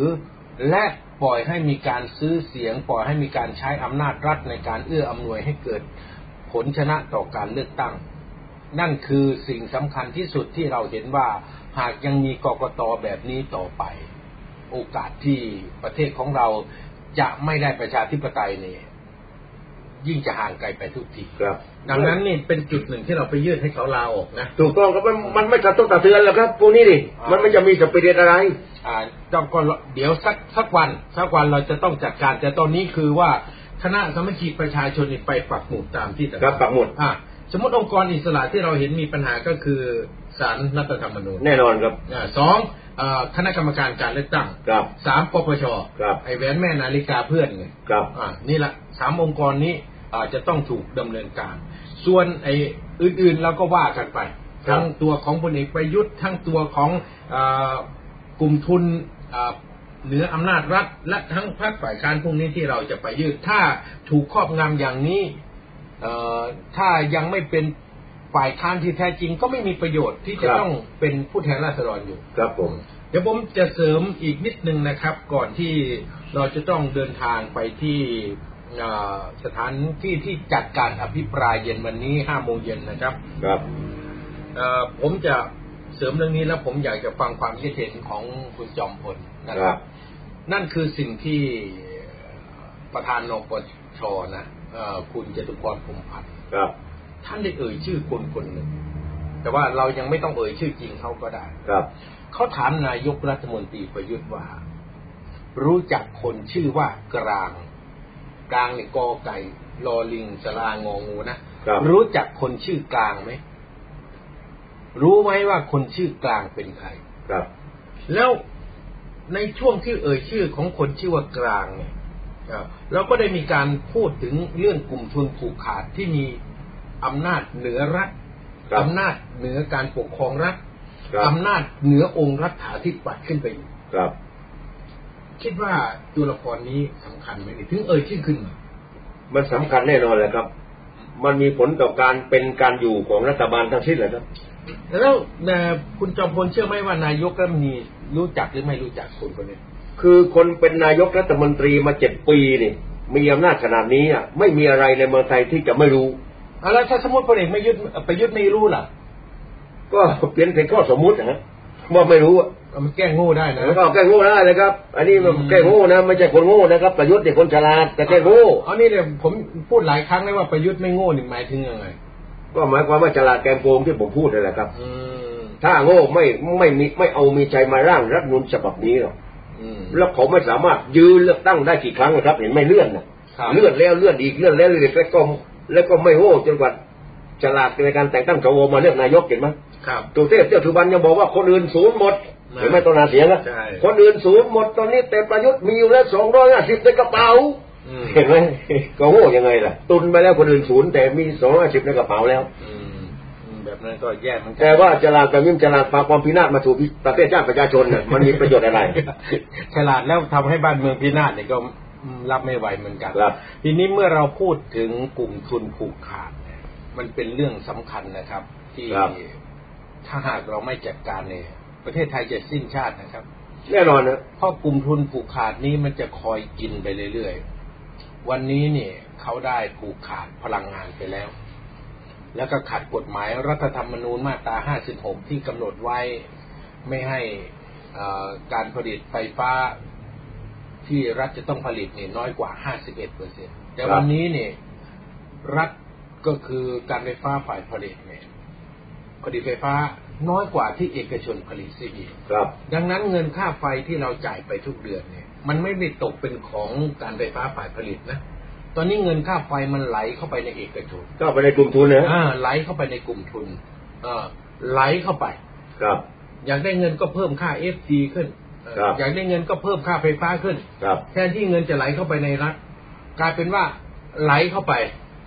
B: และปล่อยให้มีการซื้อเสียง ปล่อยให้มีการใช้อำนาจรัฐในการเอื้ออำนวยให้เกิดผลชนะต่อการเลือกตั้ง นั่นคือสิ่งสำคัญที่สุดที่เราเห็นว่าหากยังมีกกตแบบนี้ต่อไป โอกาสที่ประเทศของเราจะไม่ได้ประชาธิปไตยเนี่ยยิ่งจะห่างไกลไปทุกที
C: ครับ
B: ดังนั้นนี่เป็นจุดหนึ่งที่เราไปยื่นให้เขาลาออกนะ
C: ถูกต้องครับมันมันไม่กระทบกระเทือนหรอกครับพวกนี้ดิ
B: อ่ามั
C: มันไม่จะมีสปิริตอะไร
B: อ่าต้องก็เดี๋ยวสักสักวันสักวันเราจะต้องจัดการแต่ตอนนี้คือว่าคณะสามัคคีประชาชนนี่ไปปักหมุดตามที่ต่างๆ
C: ครับปักหมุด
B: อ่ะสมมติองค์กรอิสระที่เราเห็นมีปัญหาก็คือสารรัฐธรรมนูญ
C: แน่นอนครับ
B: อ่าสองเอ่อคณะกรรมการการเลือกตั้ง
C: ครับ
B: สามปปช
C: ครับ
B: ไอแหวนแม่นาฬิกาเพื่อนไง
C: ครับ
B: อ่านี่แหละสามองค์กรนี้เอ อาจจะต้องถูกดำเนินการ ส่วนไอ้อื่นๆเราก็ว่ากันไป
C: ครับ
B: ทั้งตัวของพลเอกประยุทธ์ทั้งตัวของเออกลุ่มทุนเอ่อเหนืออำนาจรัฐ และทั้งพรรคฝ่ายการพวกนี้ที่เราจะไปยืดถ้าถูกครอบงำอย่างนี้เอ่อถ้ายังไม่เป็นฝ่ายค้านที่แท้จริง ก็ไม่มีประโยชน์ที่จะ
C: ครับ
B: ต้องเป็นผู้แทนราษฎรอยู่
C: ครับผม
B: เดี๋ยวผมจะเสริมอีกนิดนึงนะครับ ก่อนที่เราจะต้องเดินทางไปที่เอ่อสถานที่ที่จัดการอภิปรายเย็นวันนี้ห้าโมงเย็นนะครับ
C: ครับ
B: เอ่อผมจะเสริมเรื่องนี้แล้วผมอยากจะฟังความคิดเห็นของคุณจอมพลนะค
C: ครั
B: รับ
C: บ
B: นั่นคือสิ่งที่ประธานนปชนะเอ่อคุณจตุพรพรหมพันธ์
C: ครับ
B: ท่านได้เอ่ยชื่อคนคนหนึ่ง แต่ว่าเรายังไม่ต้องเอ่ยชื่อจริงเขาก็ได้
C: ครับ
B: เขาถามนายกรัฐมนตรีประยุทธ์ว่า รู้จักคนชื่อว่ากลาง กลางนี่กอไก่ลอลิงสลางองูนะครับ รู้จักคนชื่อกลางไหมรู้ไหมว่าคนชื่อกลางเป็นใคร
C: ครับ
B: แล้วในช่วงที่เอ่ยชื่อของคนชื่อว่ากลางเนี่ยเอ่อเราก็ได้มีการพูดถึงเรื่องกลุ่มทุนผูกขาดที่มีอำนาจเหนือรัฐ
C: ครับ
B: อำนาจเหนือการปกครองรัฐ
C: ครับ
B: อำนาจเหนือองค์รัฐาธิปัตย์ขึ้นไปอีก
C: ครับ
B: คิดว่าตัวละครนี้สำคัญไหมนี่ถึงเอ่ยชื่อขึ้นมา
C: มันสำคัญแน่นอนแหละครับ มันมีผลต่อการเป็นการอยู่ของรัฐบาลทั้งสิ้นแหละครับ
B: แล้วเอ่อคุณจอมพลเชื่อไหมว่านายกรัฐมนตรีรู้จักหรือไม่รู้จักคนคนนี้
C: คือคนเป็นนายกรัฐมนตรีมาเจ็ดปีนี่ มีอำนาจขนาดนี้อ่ะไม่มีอะไรในเมืองไทยที่จะไม่รู้
B: อ่ะแล้วถ้าสมมติพลเอกไม่ยุทธประยุทธ์ไม่รู้ล่ะ
C: ก็เปลี่ยนเป็นข้อสมมุตินะฮะว่าไม่รู้อ่ะ
B: เอามันแก้โง่ได้นะ
C: แล้วก็แก้โง่ได้เลยครับ อันนี้มัน
B: อืม
C: แก้โง่นะไม่ใช่คนโง่นะครับ ประยุทธ์เนี่ยคนฉลาดแต่แก้โง่
B: เอานี่เนี่ยผมพูดหลายครั้งแล้วว่าประยุทธ์ไม่โง่นี่หมายถึงยังไง
C: ก็หมายความว่าฉลาดแกมโกงที่ผมพูดนั่นแหละครับ
B: อืม
C: ถ้าโง่ไม่ไม่มีไม่เอามีใจมาร่างรัฐธรรมนูลฉบับนี้หรอก
B: อืม
C: แล้วเขาไม่สามารถยืนเลือกตั้งได้กี่ครั้งนะครับ เห็นไหมเลื่อนนะครับ เลื่อนแล้วเลื่อนอีกเลื่อนแล้วเลื่อนอีกแล้วก็แล้วก็ไม่โง่จนกว่าฉลาดในการแต่งตั้งสวมาเลือกนายกเห็นไหม
B: ครับ
C: ตุเทพเจ้าสุบรรณยังบอกว่าคนอื่นศูนย์หมดเห็นไหมตอนหาเสียงนะ
B: ใช่
C: คนอื่นศูนย์หมดตอนนี้แต่ประยุทธ์มีอยู่แล้วสองร้อยห้าสิบในกระเป๋า
B: อืม
C: เห็นไหม ก็โง่ยังไงล่ะ ตุนไปแล้วคนอื่นศูนย์แต่มีสองร้อยห้าสิบในกระเป๋าแล้ว
B: อืมอืมแบบนั้นก็แย่เหมือนกัน
C: แต่ว่าฉลาดกับยิ่งฉลาดพาความพินาศมาสู่ประเทศชาติประชาชนน่ะ มันมีประโยชน์อะไร
B: ฉลาดแล้วทำให้บ้านเมืองพินาศเนี่ยก็รับไม่ไหวเหมือนกัน
C: ครับ
B: ทีนี้เมื่อเราพูดถึงกลุ่มทุนผูกขาดเนี่ยมันเป็นเรื่องสำคัญนะครับ ที่
C: ครับ
B: ถ้าหากเราไม่จัดการเนี่ยประเทศไทยจะสิ้นชาตินะครับ
C: แน่นอนนะ
B: เพราะกลุ่มทุนผูกขาดนี้มันจะคอยกินไปเรื่อยๆ วันนี้เนี่ยเขาได้ผูกขาดพลังงานไปแล้ว แล้วก็ขัดกฎหมายรัฐธรรมนูญมาตรา 56 ที่กำหนดไว้ไม่ให้เอ่อการผลิตไฟฟ้าที่รัฐจะต้องผลิตเนี่ยน้อยกว่า 51เปอร์เซ็นแต่
C: ครับ
B: วันนี้เนี่ยรัฐก็คือการไฟฟ้าฝ่ายผลิตเนี่ยผลิตไฟฟ้าน้อยกว่าที่เอกชนผลิตเสียอีก
C: ครับ
B: ดังนั้นเงินค่าไฟที่เราจ่ายไปทุกเดือนเนี่ย มันไม่ได้ตกเป็นของการไฟฟ้าฝ่ายผลิตนะ ตอนนี้เงินค่าไฟมันไหลเข้าไปในเอกชน
C: ก็ไปในกลุ่มทุนนะ
B: อ่าไหลเข้าไปในกลุ่มทุนอ่าไหลเข้าไป
C: ครับ
B: อยากได้เงินก็เพิ่มค่า FD ขึ้นเอ่อ
C: ครับ
B: อยากได้เงินก็เพิ่มค่าไฟฟ้าขึ้น
C: ครับ
B: แทนที่เงินจะไหลเข้าไปในรัฐ กลายเป็นว่าไหลเข้าไป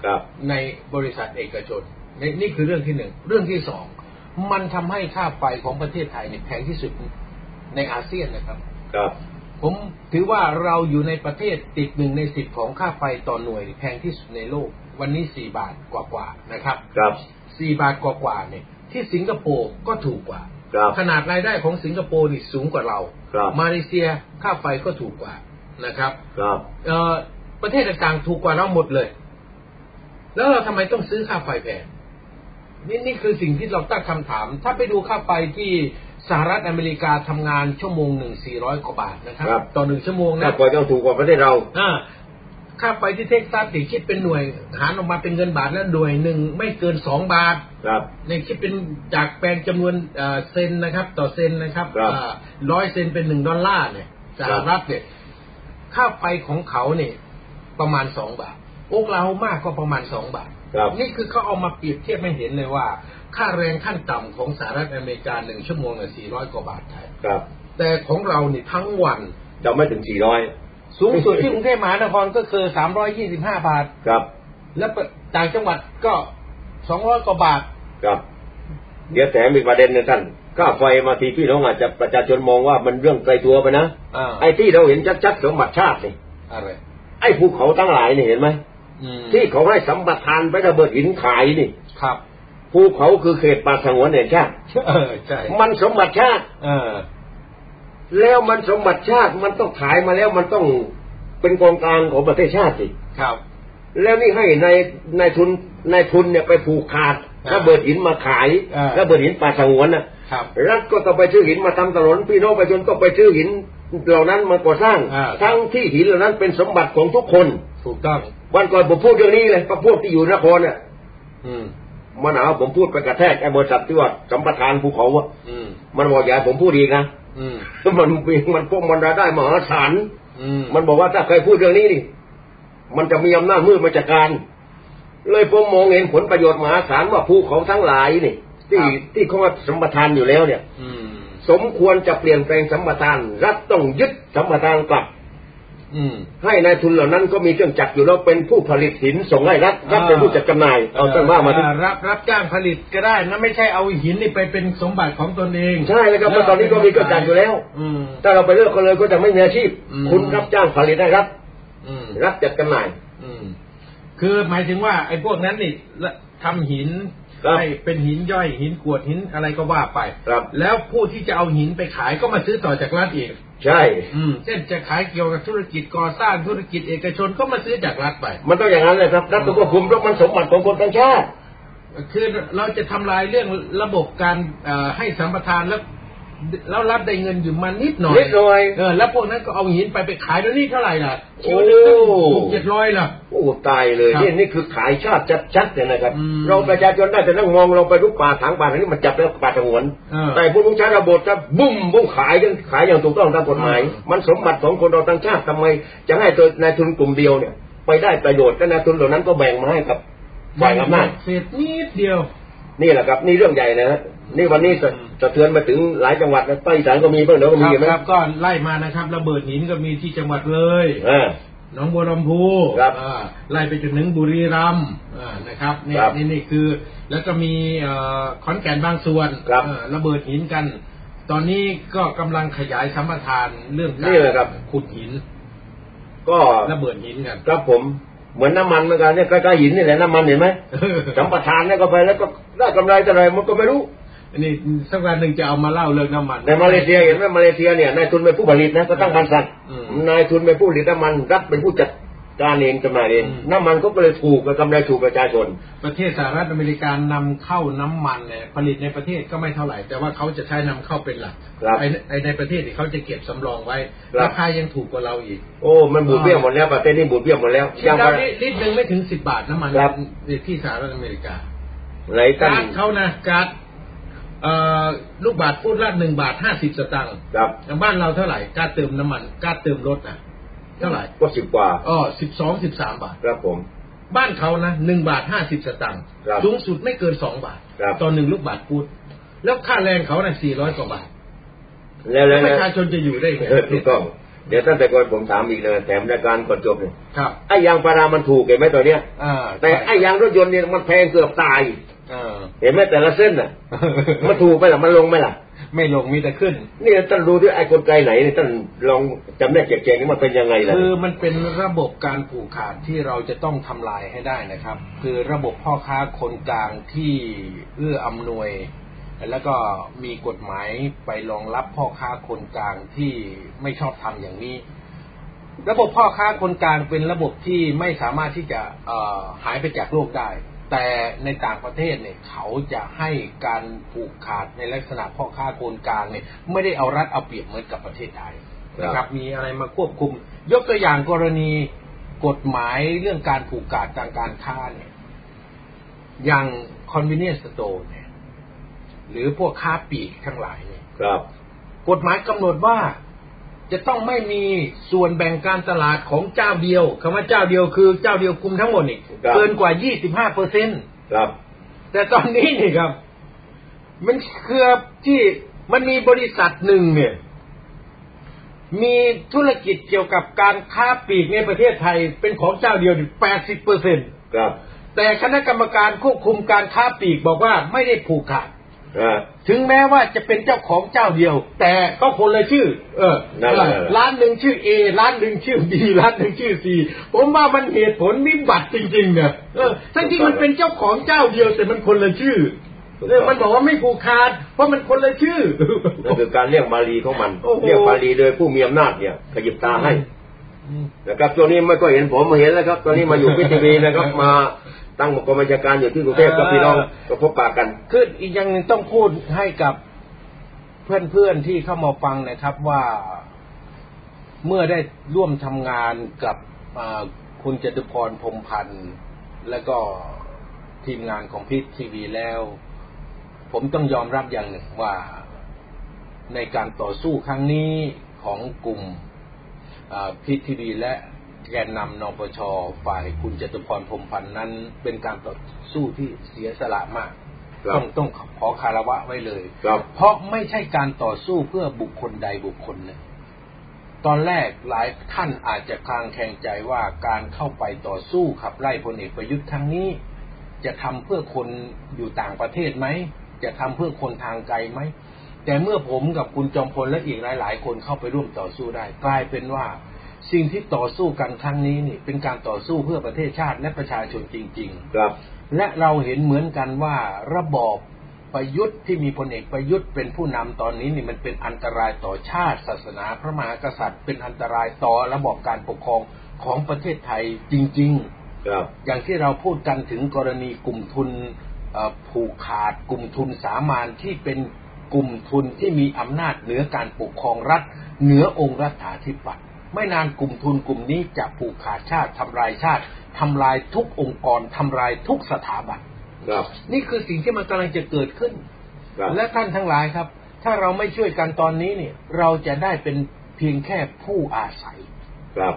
C: ครับ
B: ในบริษัทเอกชนนี่นี่คือเรื่องที่หนึ่ง เรื่องที่สอง มันทำให้ค่าไฟของประเทศไทยเนี่ยแพงที่สุดในอาเซียนนะครับ
C: ครับ
B: ผมถือว่าเราอยู่ในประเทศติดหนึ่งในสิบของค่าไฟต่อหน่วยแพงที่สุดในโลก วันนี้สี่บาทกว่าๆนะครับ
C: ครับ
B: สี่บาทกว่าๆเนี่ยที่สิงคโปร์ก็ถูกกว่า
C: ครับ
B: ขนาดรายได้ของสิงคโปร์นี่สูงกว่าเรา
C: ครับ
B: มาเลเซียค่าไฟก็ถูกกว่านะครับ
C: ครับ
B: เอ่อประเทศต่างๆถูกกว่าเราหมดเลย แล้วเราทำไมต้องซื้อค่าไฟแพงนี่นี่คือสิ่งที่เราตั้งคำถาม ถ้าไปดูค่าไฟที่สหรัฐอเมริกาทำงานชั่วโมงหนึ่งสี่ร้อยกว่าบาทนะครับ ต่อหนึ่งชั่วโมง
C: ถ้า
B: นะ
C: ปล่อยต้องถูกกว่าประเทศเรา
B: อ่าค่าไฟที่เท็กซัสถี่คิดเป็นหน่วย หารออกมาเป็นเงินบาทแล้วหน่วยหนึ่งไม่เกินสองบาท
C: ครับ
B: ในคิดเป็นจากแปลงจำนวนเอ่อเซนนะครับ ต่อเซนนะครับ
C: ครับ
B: ร้อยเซนเป็นหนึ่งดอลลาร์เนี่ยสหรัฐเนี่ยค่าไฟของเขาเนี่ยประมาณสองบาทโอกลาโฮมาก็ประมาณสองบาท
C: ครับ
B: นี่คือเขาเอามาเปรียบเทียบให้เห็นเลยว่า ค่าแรงขั้นต่ำของสหรัฐอเมริกาหนึ่งชั่วโมงน่ะสี่ร้อยกว่าบาทไทย
C: ครับ
B: แต่ของเราเนี่ยทั้งวัน
C: จะไม่ถึงสี่ร้อย
B: สูงสุดที่กรุงเทพมหานครก็คือสามร้อยยี่สิบห้าบาท
C: ครับ
B: แล้วต่างจังหวัดก็สองร้อยกว่าบาท
C: ครับ เดี๋ยวแถมอีกประเด็นหนึงท่านค่าไฟมาทีพี่น้องอาจจะประชาชนมองว่ามันเรื่องไกลตัวไปนะ
B: อ่า
C: ไอ้ที่เราเห็นชัดๆสมบัติชาตินี่
B: อะไร
C: ไอ้ภูเขาทั้งหลายนี่เห็นไหม
B: อืม
C: ที่เขาให้สัมปทานไประเบิดหินขายนี่
B: ครับ
C: ภูเขาคือเขตป่าสงวนแห่งชาติ
B: เออใช่
C: มันสมบัติชาติ
B: เออ
C: แล้วมันสมบัติชาติมันต้องขายมาแล้วมันต้องเป็นกองกลางของประเทศชาติสิ
B: ครับ
C: แล้วนี่ให้ในายนายทุนนายทุนเนี่ยไปผูกขาด
B: อ่า
C: ระเบิดหินมาขาย
B: อ่า
C: ระเบิดหินป่าสงวนน่ะ
B: ครับ
C: รัฐก็ต้องไปซื้อหินมาทำถนนพี่น้องประชาชนก็ไปซื้อหินเหล่านั้นมาก่อสร้าง
B: อ่า
C: ทั้งที่หินเหล่านั้นเป็นสมบัติของทุกคน
B: ถูกต้อง
C: วันก่อนผมพูดเรื่องนี้เลยพระพวกที่อยู่นครเนี่ย
B: อืม
C: มันหาว่าผมพูดไปกระแทกไอ้บริษัทที่ว่าสัมปทานภูเขาอะ
B: อืม
C: มันบอกอย่าให้ผมพูดอีกนะ
B: อืม
C: มันมันพวกมันรายได้มหาศาล
B: อืม
C: มันบอกว่าถ้าใครพูดเรื่องนี้นี่มันจะมีอำนาจมืดมาจัดการ เลยผมมองเห็นผลประโยชน์มหาศาลว่าภูเขาทั้งหลายนี่ ที่
B: ครับ
C: ที่เขาว่าสัมปทานอยู่แล้วเนี่ย
B: อืม
C: สมควรจะเปลี่ยนแปลงสัมปทาน รัฐต้องยึดสัมปทานกลับ
B: อืม
C: ให้นายทุนเหล่านั้นก็มีเครื่องจักรอยู่แล้วเป็นผู้ผลิตหินส่งให้รัฐรัฐ
B: อ่า
C: เป็นผู้จัดจำหน่ายเอาต้นว่ามาที่
B: อ่รับรับจ้างผลิตก็ได้นะไม่ใช่เอาหินนี่ไปเป็นสมบัติของตนเอง
C: ใช่แล้วครับเพราะตอนนี้ก็มีเครื่องจักรอยู่แล้ว
B: อืม
C: ถ้าเราไปเลิกกันเลยก็จะไม่มีอาชีพ
B: อืม
C: คุณรับจ้างผลิตให้รัฐ
B: อืม
C: รัฐจัดจำหน่าย
B: อืม คือหมายถึงว่าไอ้พวกนั้นนี่ละทำหิน
C: ครับ
B: ให้เป็นหินย่อยหินกรวดหินอะไรก็ว่าไป
C: ครับ
B: แล้วผู้ที่จะเอาหินไปขายก็มาซื้อต่อจากรัฐอีก
C: ใช่
B: อืม เช่นจะขายเกี่ยวกับธุรกิจก่อสร้างธุรกิจเอกชนก็มาซื้อจากรัฐไป
C: มันต้องอย่างนั้นเลยครับ รัฐต้องควบคุมเพราะมันสมบัติของคนทั้งชาติ
B: คือเราจะทำลายเรื่องระบบการเอ่อให้สัมปทานแล้วแล้วรับได้เงินอยู่มานิดหน่อย
C: นิดหน่อย
B: เออแล้วพวกนั้นก็เอาหินไปไปขายแล้วนี่เท่าไหร่ล่ะ
C: โอ้
B: คิวหนึงตั้งหกเจ็ดร้อยล่ะ
C: โอ้ตายเลย
B: ครับ
C: นี่นี่คือขายชาติชัดๆเลยนะครับ
B: อืม
C: เราประชาชนได้แต่นั่งมองเราไปรุกป่าถางป่าทางนี้มันจับแล้วป่าสงวน
B: เออ
C: แต่พวกนู้ใช้ระบบจะบุ้มบุ้มขายกันขายอย่างถูกต้องตามกฎหมาย
B: เออ
C: มันสมบัติของคนเราทั้งชาติทำไม จะให้ตัวนายทุนกลุ่มเดียวเนี่ย ไปได้ประโยชน์และนายทุนเหล่านั้นก็แบ่งมาให้กับฝ่ายอำนาจ
B: เศษนิดเดียว
C: นี่แหละครับ นี่เรื่องใหญ่นะฮะนี่วันนี้สะ
B: อืม
C: สะเทือนมาถึงหลายจังหวัดนะภาคอีสานก็มีบ้างเดี๋ยวก็
B: ค
C: มี
B: รับ
C: เห็นไหม
B: ครับก็ไล่มานะครับ ระเบิดหินก็มีที่จังหวัดเลย
C: อ่า
B: หนองบัวลำพู
C: ครับ
B: อ่าไล่ไปจนถึงบุรีรัมย์อ่านะครับเนี่ย
C: ครับ
B: นี่นี่คือ แล้วก็มีเอ่อขอนแก่นบางส่วน
C: ครับ
B: เอ่อระเบิดหินกัน ตอนนี้ก็กำลังขยายสัมปทานเรื่องการ
C: นี่แหละครับ
B: ขุดหิน
C: ก็
B: ระเบิดหินกัน
C: ครับผมเหมือนน้ำมันเหมือนกันเนี่ยใกล้ๆหินนี่แหละน้ำมันเห็นไหมสัมปทานเนี่ยก็ไปแล้วก็ได้กำไรแต่าไหรมันก็ไม่รู้
B: นี่สักวันหนึ่งจะเอามาเล่าเรื่องน้ำมัน
C: ในมาเลเซียเห็นไหมมาเลเซียเนี่ยนายทุนเป็นผู้ผลิตนะก็ตั้งบริษัท
B: อืม
C: นายทุนเป็นผู้ผลิตน้ำมันรัฐเป็นผู้จัดการเองจำหน่ายเอง
B: อืม
C: น้ำมันก็เลยถูกกับกำไรถูกประชาชน
B: ประเทศสหรัฐอเมริกานำเข้าน้ำมันเนี่ยผลิตในประเทศก็ไม่เท่าไหร่ แต่ว่าเขาจะใช้นำเข้าเป็นหลัก
C: ครับ
B: ไอ้ในไอ้ในประเทศที่ยเขาจะเก็บสำรองไว้
C: ครับ
B: ราคายังถูกกว่าเราอีก
C: โอ้มันบูดเบี้ยวหมดแล้วประเทศนี้บูดเบี้ยวหมดแล้ว
B: คิด
C: ยัง
B: แล้
C: ไง
B: วลิตรหนึ่งไม่ถึงสิบบาทน้ำมัน
C: ครับ
B: ที่สหรัฐอเมริกา
C: ไหลตั้ง
B: การ์ดเขานะการ์ดเอ่อลูกบาทพูดละหนึ่งบาทห้าสิบสตางค์
C: ครับ
B: แต่บ้านเราเท่าไหร่การ์ดเติมน้ำมันการ์ดเติมรถนะเท่าไหร่
C: ก็สิบกว่า
B: อ๋อสิบสองสิบสามบาท
C: ครับผม
B: บ้านเขานะหนึ่งบาทห้าสิบสตางค์
C: ครับ
B: สูงสุดไม่เกินสองบาท
C: ครับ
B: ต่อหนึ่งลูกบาทพูด แล้วค่าแรงเขานะสี่ร้อยกว่าบาท
C: แล้วแล้ว
B: ป
C: แล้ว
B: ระชาชนจะอยู่ได้ไง
C: เออถูกต้องเดี๋ยวตั้งแต่ก่อนผมถามอีกเลยแถมรายการก่อนจบเนี่ย
B: ครับ
C: ไอ้ยางพารามันถูกเห็นไหมตอนเนี้ย
B: อ่า
C: แต่ไอ้ยางรถยนต์เนี่ยมันแพงเกือบตาย
B: อ่า
C: เห็นไหมแต่ละเส้น น่ะ มันถูกไหมล่ะมันลงไหมล่ะ
B: ไม่ลงมีแต่ขึ้น
C: นี่ท่านดูที่ไอ้กลไกไหนเนี่ยท่านลองจำแนกแจกแจงนี่มันเป็นยังไงล่ะ
B: คือมันเป็นระบบการผูกขาดที่เราจะต้องทำลายให้ได้นะครับ คือระบบพ่อค้าคนกลางที่เอื้ออำนวย แล้วก็มีกฎหมายไปรองรับพ่อค้าคนกลางที่ไม่ชอบทำอย่างนี้ ระบบพ่อค้าคนกลางเป็นระบบที่ไม่สามารถที่จะเอ่อหายไปจากโลกได้ แต่ในต่างประเทศเนี่ยเขาจะให้การผูกขาดในลักษณะพ่อค้าคนกลางเนี่ยไม่ได้เอารัดเอาเปรียบเหมือนกับประเทศไทย
C: ครับ
B: นะครับ มีอะไรมาควบคุม ยกตัวอย่างกรณีกฎหมายเรื่องการผูกขาดทางการค้าเนี่ยอย่าง convenience store เนี่ยหรือพวกค้าปลีกทั้งหลายเนี่ย
C: ครับ
B: กฎหมายกำหนดว่าจะต้องไม่มีส่วนแบ่งการตลาดของเจ้าเดียวคำว่าเจ้าเดียวคือเจ้าเดียวคุมทั้งหมดนี่เกินกว่า 25เปอร์เซ็น
C: ครับ
B: แต่ตอนนี้นี่ครับ มันคือที่มันมีบริษัทหนึ่งเนี่ย มีธุรกิจเกี่ยวกับการค้าปลีกในประเทศไทยเป็นของเจ้าเดียวนี่80เปอร์เซ็น
C: ครับ
B: แต่คณะกรรมการควบคุมการค้าปลีกบอกว่าไม่ได้ผูกขาด
C: อ่า
B: ถึงแม้ว่าจะเป็นเจ้าของเจ้าเดียว แต่ก็คนละชื่อ เออ
C: นั่นแหละ
B: เออร้านหนึ่งชื่อ A ร้านหนึ่งชื่อ B ร้านหนึ่งชื่อ C ผมว่ามันเหตุผลมิบัติจริงๆเนี่ยเออทั้งที่มันเป็นเจ้าของเจ้าเดียวแต่มันคนละชื่อเออมันบอกว่าไม่ผูกขาด เพราะมันคนละชื่อ
C: นั่นคือการเรียกบาลีของมัน
B: โอ้โห
C: เรียกบาลีโดยผู้มีอำนาจเนี่ย ขยิบตาให้นะครับตัวนี้ไม่ก็เห็นผมมาเห็นแล้วครับตัวนี้มาอยู่พิทีวี นะครับ มาตั้งกองบัญชาการอยู่ที่กรุงเทพกับพี่น้องก็พบปะกัน
B: คืออีกอย่างหนึ่งต้องพูดให้กับเพื่อนๆที่เข้ามาฟังนะครับว่าเมื่อได้ร่วมทำงานกับอ่าคุณจตุพรพรหมพันธ์ และก็ทีมงานของพีททีวีแล้ว ผมต้องยอมรับอย่างหนึ่งว่าในการต่อสู้ครั้งนี้ของกลุ่มพีททีวีและแกนนำนปชฝ่ายคุณจตุพรพรหมพันธ์นั้น เป็นการต่อสู้ที่เสียสละมาก
C: ครั
B: ต้
C: บ
B: องต้องขอคารวะไว้เลย
C: ครับ
B: เพราะไม่ใช่การต่อสู้เพื่อบุคคลใดบุคคลหนึ่ง ตอนแรกหลายท่านอาจจะคลางแคลงใจว่าการเข้าไปต่อสู้ขับไล่พลเอกประยุทธ์ครั้งนี้ จะทำเพื่อคนอยู่ต่างประเทศไหม จะทำเพื่อคนทางไกลไหม แต่เมื่อผมกับคุณจอมพลและอีกหลาย ๆ คนเข้าไปร่วมต่อสู้ได้ กลายเป็นว่า สิ่งที่ต่อสู้กันครั้งนี้นี่ เป็นการต่อสู้เพื่อประเทศชาติและประชาชนจริง ๆ
C: ครับ
B: และเราเห็นเหมือนกันว่าระบอบประยุทธ์ที่มีพลเอกประยุทธ์เป็นผู้นำตอนนี้นี่มันเป็นอันตรายต่อชาติ ศาสนาพระมหากษัตริย์ เป็นอันตรายต่อระบอบการปกครองของประเทศไทยจริง ๆ
C: ครับ
B: อย่างที่เราพูดกันถึงกรณีกลุ่มทุนเอ่อผูกขาดกลุ่มทุนสามานที่เป็นกลุ่มทุนที่มีอำนาจเหนือการปกครองรัฐ เหนือองค์รัฐาธิปัตย์ไม่นานกลุ่มทุนกลุ่มนี้จะผูกขาดชาติทำลายชาติทำลายทุกองค์กรทำลายทุกสถาบัน
C: ครับ
B: นี่คือสิ่งที่มันกำลังจะเกิดขึ้น
C: ครับ
B: และท่านทั้งหลายครับ ถ้าเราไม่ช่วยกันตอนนี้เนี่ย เราจะได้เป็นเพียงแค่ผู้อาศัย
C: ครับ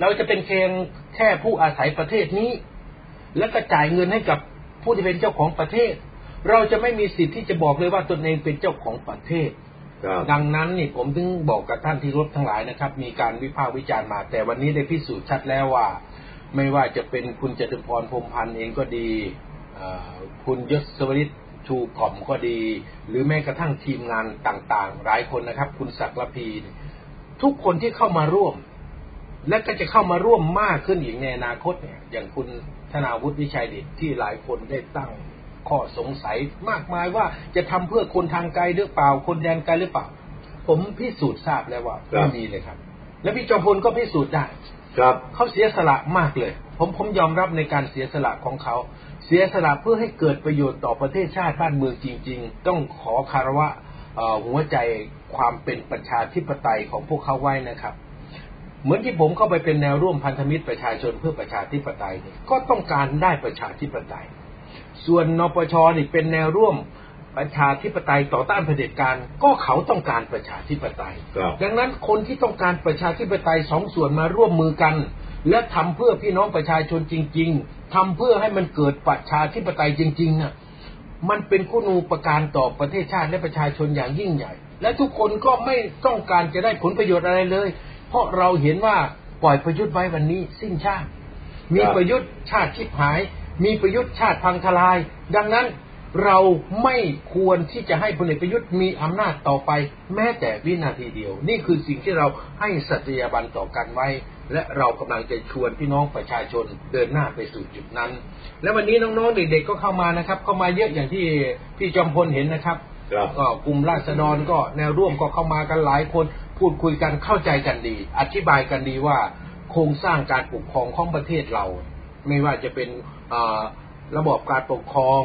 B: เราจะเป็นเพียงแค่ผู้อาศัยประเทศนี้ แล้วก็จ่ายเงินให้กับผู้ที่เป็นเจ้าของประเทศ เราจะไม่มีสิทธิ์ที่จะบอกเลยว่าตนเองเป็นเจ้าของประเทศ
C: ครับ
B: ดังนั้นนี่ผมถึงบอกกับท่านที่รบทั้งหลายนะครับ มีการวิพากษ์วิจารณ์มา แต่วันนี้ได้พิสูจน์ชัดแล้วว่า ไม่ว่าจะเป็นคุณจตุพรพรหมพันธ์เองก็ดีเอ่อคุณยศวริตชูกล่อมก็ดี หรือแม้กระทั่งทีมงานต่างๆ หลายคนนะครับ คุณศักดิ์ละพีทุกคนที่เข้ามาร่วม และก็จะเข้ามาร่วมมากขึ้นอีกในอนาคตเนี่ย อย่างคุณธนาวุฒิวิชัยดิตที่หลายคนได้ตั้งข้อสงสัยมากมายว่าจะทำเพื่อคนทางไกลหรือเปล่า คนแดนไกลหรือเปล่า ผมพิสูจน์ทราบแล้วว่า
C: ครั
B: ไม่
C: บ
B: มีเลยครับ และพี่จอมพลก็พิสูจน์ได้
C: ครับ
B: เขาเสียสละมากเลย ผมผมยอมรับในการเสียสละของเขา เสียสละเพื่อให้เกิดประโยชน์ต่อประเทศชาติบ้านเมืองจริง ๆ ต้องขอคารวะเอ่อหัวใจความเป็นประชาธิปไตยของพวกเขาไว้นะครับ เหมือนที่ผมเข้าไปเป็นแนวร่วมพันธมิตรประชาชนเพื่อประชาธิปไตยเนี่ยก็ต้องการได้ประชาธิปไตย ส่วนนปชนี่เป็นแนวร่วมประชาธิปไตยต่อต้านเผด็จการก็เขาต้องการประชาธิปไตย
C: ครับ
B: ดังนั้นคนที่ต้องการประชาธิปไตยสองส่วนมาร่วมมือกัน และทำเพื่อพี่น้องประชาชนจริง ๆทำเพื่อให้มันเกิดประชาธิปไตยจริงๆน่ะมันเป็นคุณูปการต่อประเทศชาติและประชาชนอย่างยิ่งใหญ่ และทุกคนก็ไม่ต้องการจะได้ผลประโยชน์อะไรเลย เพราะเราเห็นว่าปล่อยประยุทธ์ไว้วันนี้สิ้นชาติ มี
C: ครับ
B: ประยุทธ์ชาติชิบหาย มีประยุทธ์ชาติพังทลาย ดังนั้นเราไม่ควรที่จะให้พลเอกประยุทธ์มีอำนาจต่อไป แม้แต่วินาทีเดียว นี่คือสิ่งที่เราให้สัตยาบันต่อกันไว้ และเรากำลังจะชวนพี่น้องประชาชนเดินหน้าไปสู่จุดนั้น และวันนี้น้องๆเด็กๆก็เข้ามานะครับ เข้ามาเยอะอย่างที่พี่จอมพลเห็นนะครับ
C: ครับ
B: ก็กลุ่มราษฎรก็แนวร่วมก็เข้ามากันหลายคน พูดคุยกันเข้าใจกันดี อธิบายกันดีว่า โครงสร้างการปกครองของประเทศเรา ไม่ว่าจะเป็นเอ่อระบอบการปกครอง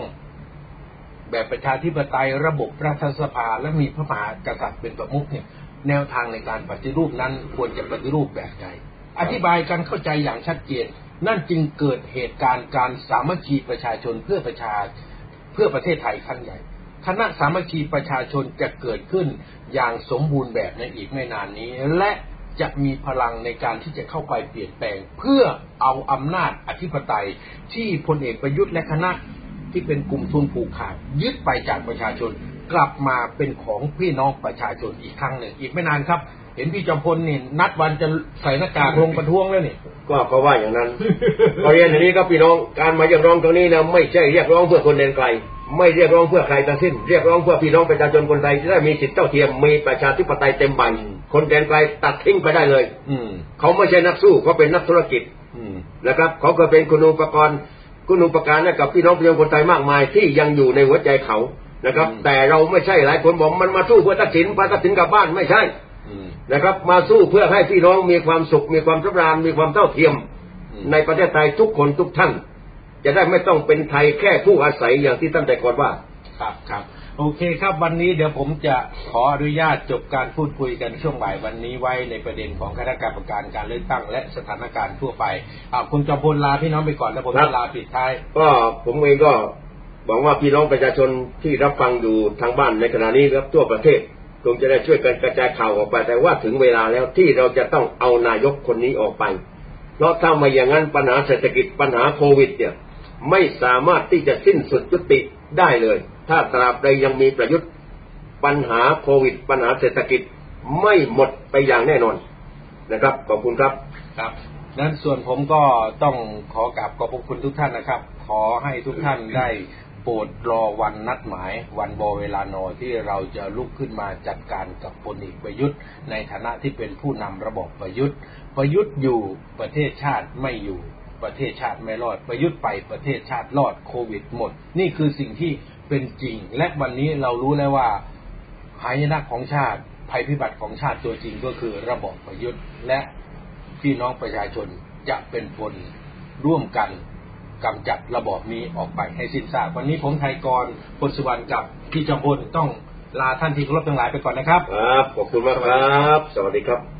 B: แบบประชาธิปไตยระบบรัฐสภาและมีพระมหากษัตริย์เป็นประมุขเนี่ย แนวทางในการปฏิรูปนั้นควรจะปฏิรูปแบบใดอธิบายกันเข้าใจอย่างชัดเจน นั่นจึงเกิดเหตุการณ์การสามัคคีประชาชนเพื่อประชาเพื่อประเทศไทยครั้งใหญ่ คณะสามัคคีประชาชนจะเกิดขึ้นอย่างสมบูรณ์แบบในอีกไม่นานนี้ และจะมีพลังในการที่จะเข้าไปเปลี่ยนแปลง เพื่อเอาอำนาจอธิปไตยที่พลเอกประยุทธ์และคณะที่เป็นกลุ่มทุนผูกขาดยึดไปจากประชาชน กลับมาเป็นของพี่น้องประชาชนอีกครั้งหนึ่งอีกไม่นานครับ เห็นพี่จอมพลนี่นัดวันจะใส่หน้ากากลงประท้วงแล้วนี่
C: ก็เขาว่าอย่าง นั้น ก็เรียนอย่างนี้ครับพี่น้องการมาเรียกร้องตรงนี้นะไม่ใช่เรียกร้องเพื่อคนเดินไกล ไม่เรียกร้องเพื่อใครทั้งสิ้น เรียกร้องเพื่อพี่น้องประชาชนคนไทยที่ได้มีสิทธิเท่าเทียมมีประชาธิปไตยเต็มใบคนเดินไกลตัดทิ้งไปได้เลย
B: อืม
C: เขาไม่ใช่นักสู้เขาเป็นนักธุรกิจ
B: อืม
C: นะครับเขาก็เป็นคุณูปการคุณูปการให้กับพี่น้องประชาชนคนไทยมากมายที่ยังอยู่ในหัวใจเขานะครับ
B: อืม
C: แต่เราไม่ใช่หลายคนบอกมันมาสู้เพื่อทักษิณพาทักษิณกลับบ้านไม่ใช่
B: อืม
C: นะครับ มาสู้เพื่อให้พี่น้องมีความสุข มีความสำราญมีความเท่าเทียม
B: อืม
C: ในประเทศไทยทุกคนทุกท่าน จะได้ไม่ต้องเป็นไทยแค่ผู้อาศัยอย่างที่ท่านแต่ก่อนว่า
B: ครับครับ โอเคครับวันนี้เดี๋ยวผมจะขออนุญาตจบการพูดคุยกันช่วงบ่ายวันนี้ไว้ในประเด็นของคณะกรรมการการเลือกตั้ง และสถานการณ์ทั่วไปอ่าคุณจอมพลลาพี่น้องไปก่อนแล้วผม
C: ครับ
B: จะลาปิดท้าย
C: ก็ผมเองก็หวังว่าพี่น้องประชาชนที่รับฟังอยู่ทางบ้านในขณะนี้ครับทั่วประเทศคงจะได้ช่วยกันกระจายข่าวออกไปแต่ว่าถึงเวลาแล้วที่เราจะต้องเอานายกคนนี้ออกไป เพราะถ้าไม่อย่างนั้นปัญหาเศรษฐกิจปัญหาโควิดเนี่ยไม่สามารถที่จะสิ้นสุดยุติได้เลย ถ้าตราบใดยังมีประยุทธ์ปัญหาโควิด ปัญหาเศรษฐกิจไม่หมดไปอย่างแน่นอนนะครับขอบคุณครับ
B: ครับนั้นส่วนผมก็ต้องขอกราบขอบพระคุณทุกท่านนะครับ ขอให้ทุกท่านได้โปรดรอวันนัดหมาย วันบอเวลานอที่เราจะลุกขึ้นมาจัดการกับพลเอกประยุทธ์ ในฐานะที่เป็นผู้นำระบอบประยุทธ์ ประยุทธ์อยู่ประเทศชาติไม่อยู่ประเทศชาติไม่รอด ประยุทธ์ไปประเทศชาติรอดโควิดหมด นี่คือสิ่งที่เป็นจริง และวันนี้เรารู้แล้วว่า หายนะของชาติ ภัยพิบัติของชาติตัวจริงก็คือระบอบประยุทธ์ และพี่น้องประชาชนจะเป็นคนร่วมกันกำจัดระบอบนี้ออกไปให้สิ้นซากวันนี้ผมไทยกรพลสุวรรณกับพี่จอมพลต้องลาท่านที่เคารพทั้งหลายไปก่อนนะครับ
C: ครับขอบคุณมากครับ สวัสดีครับ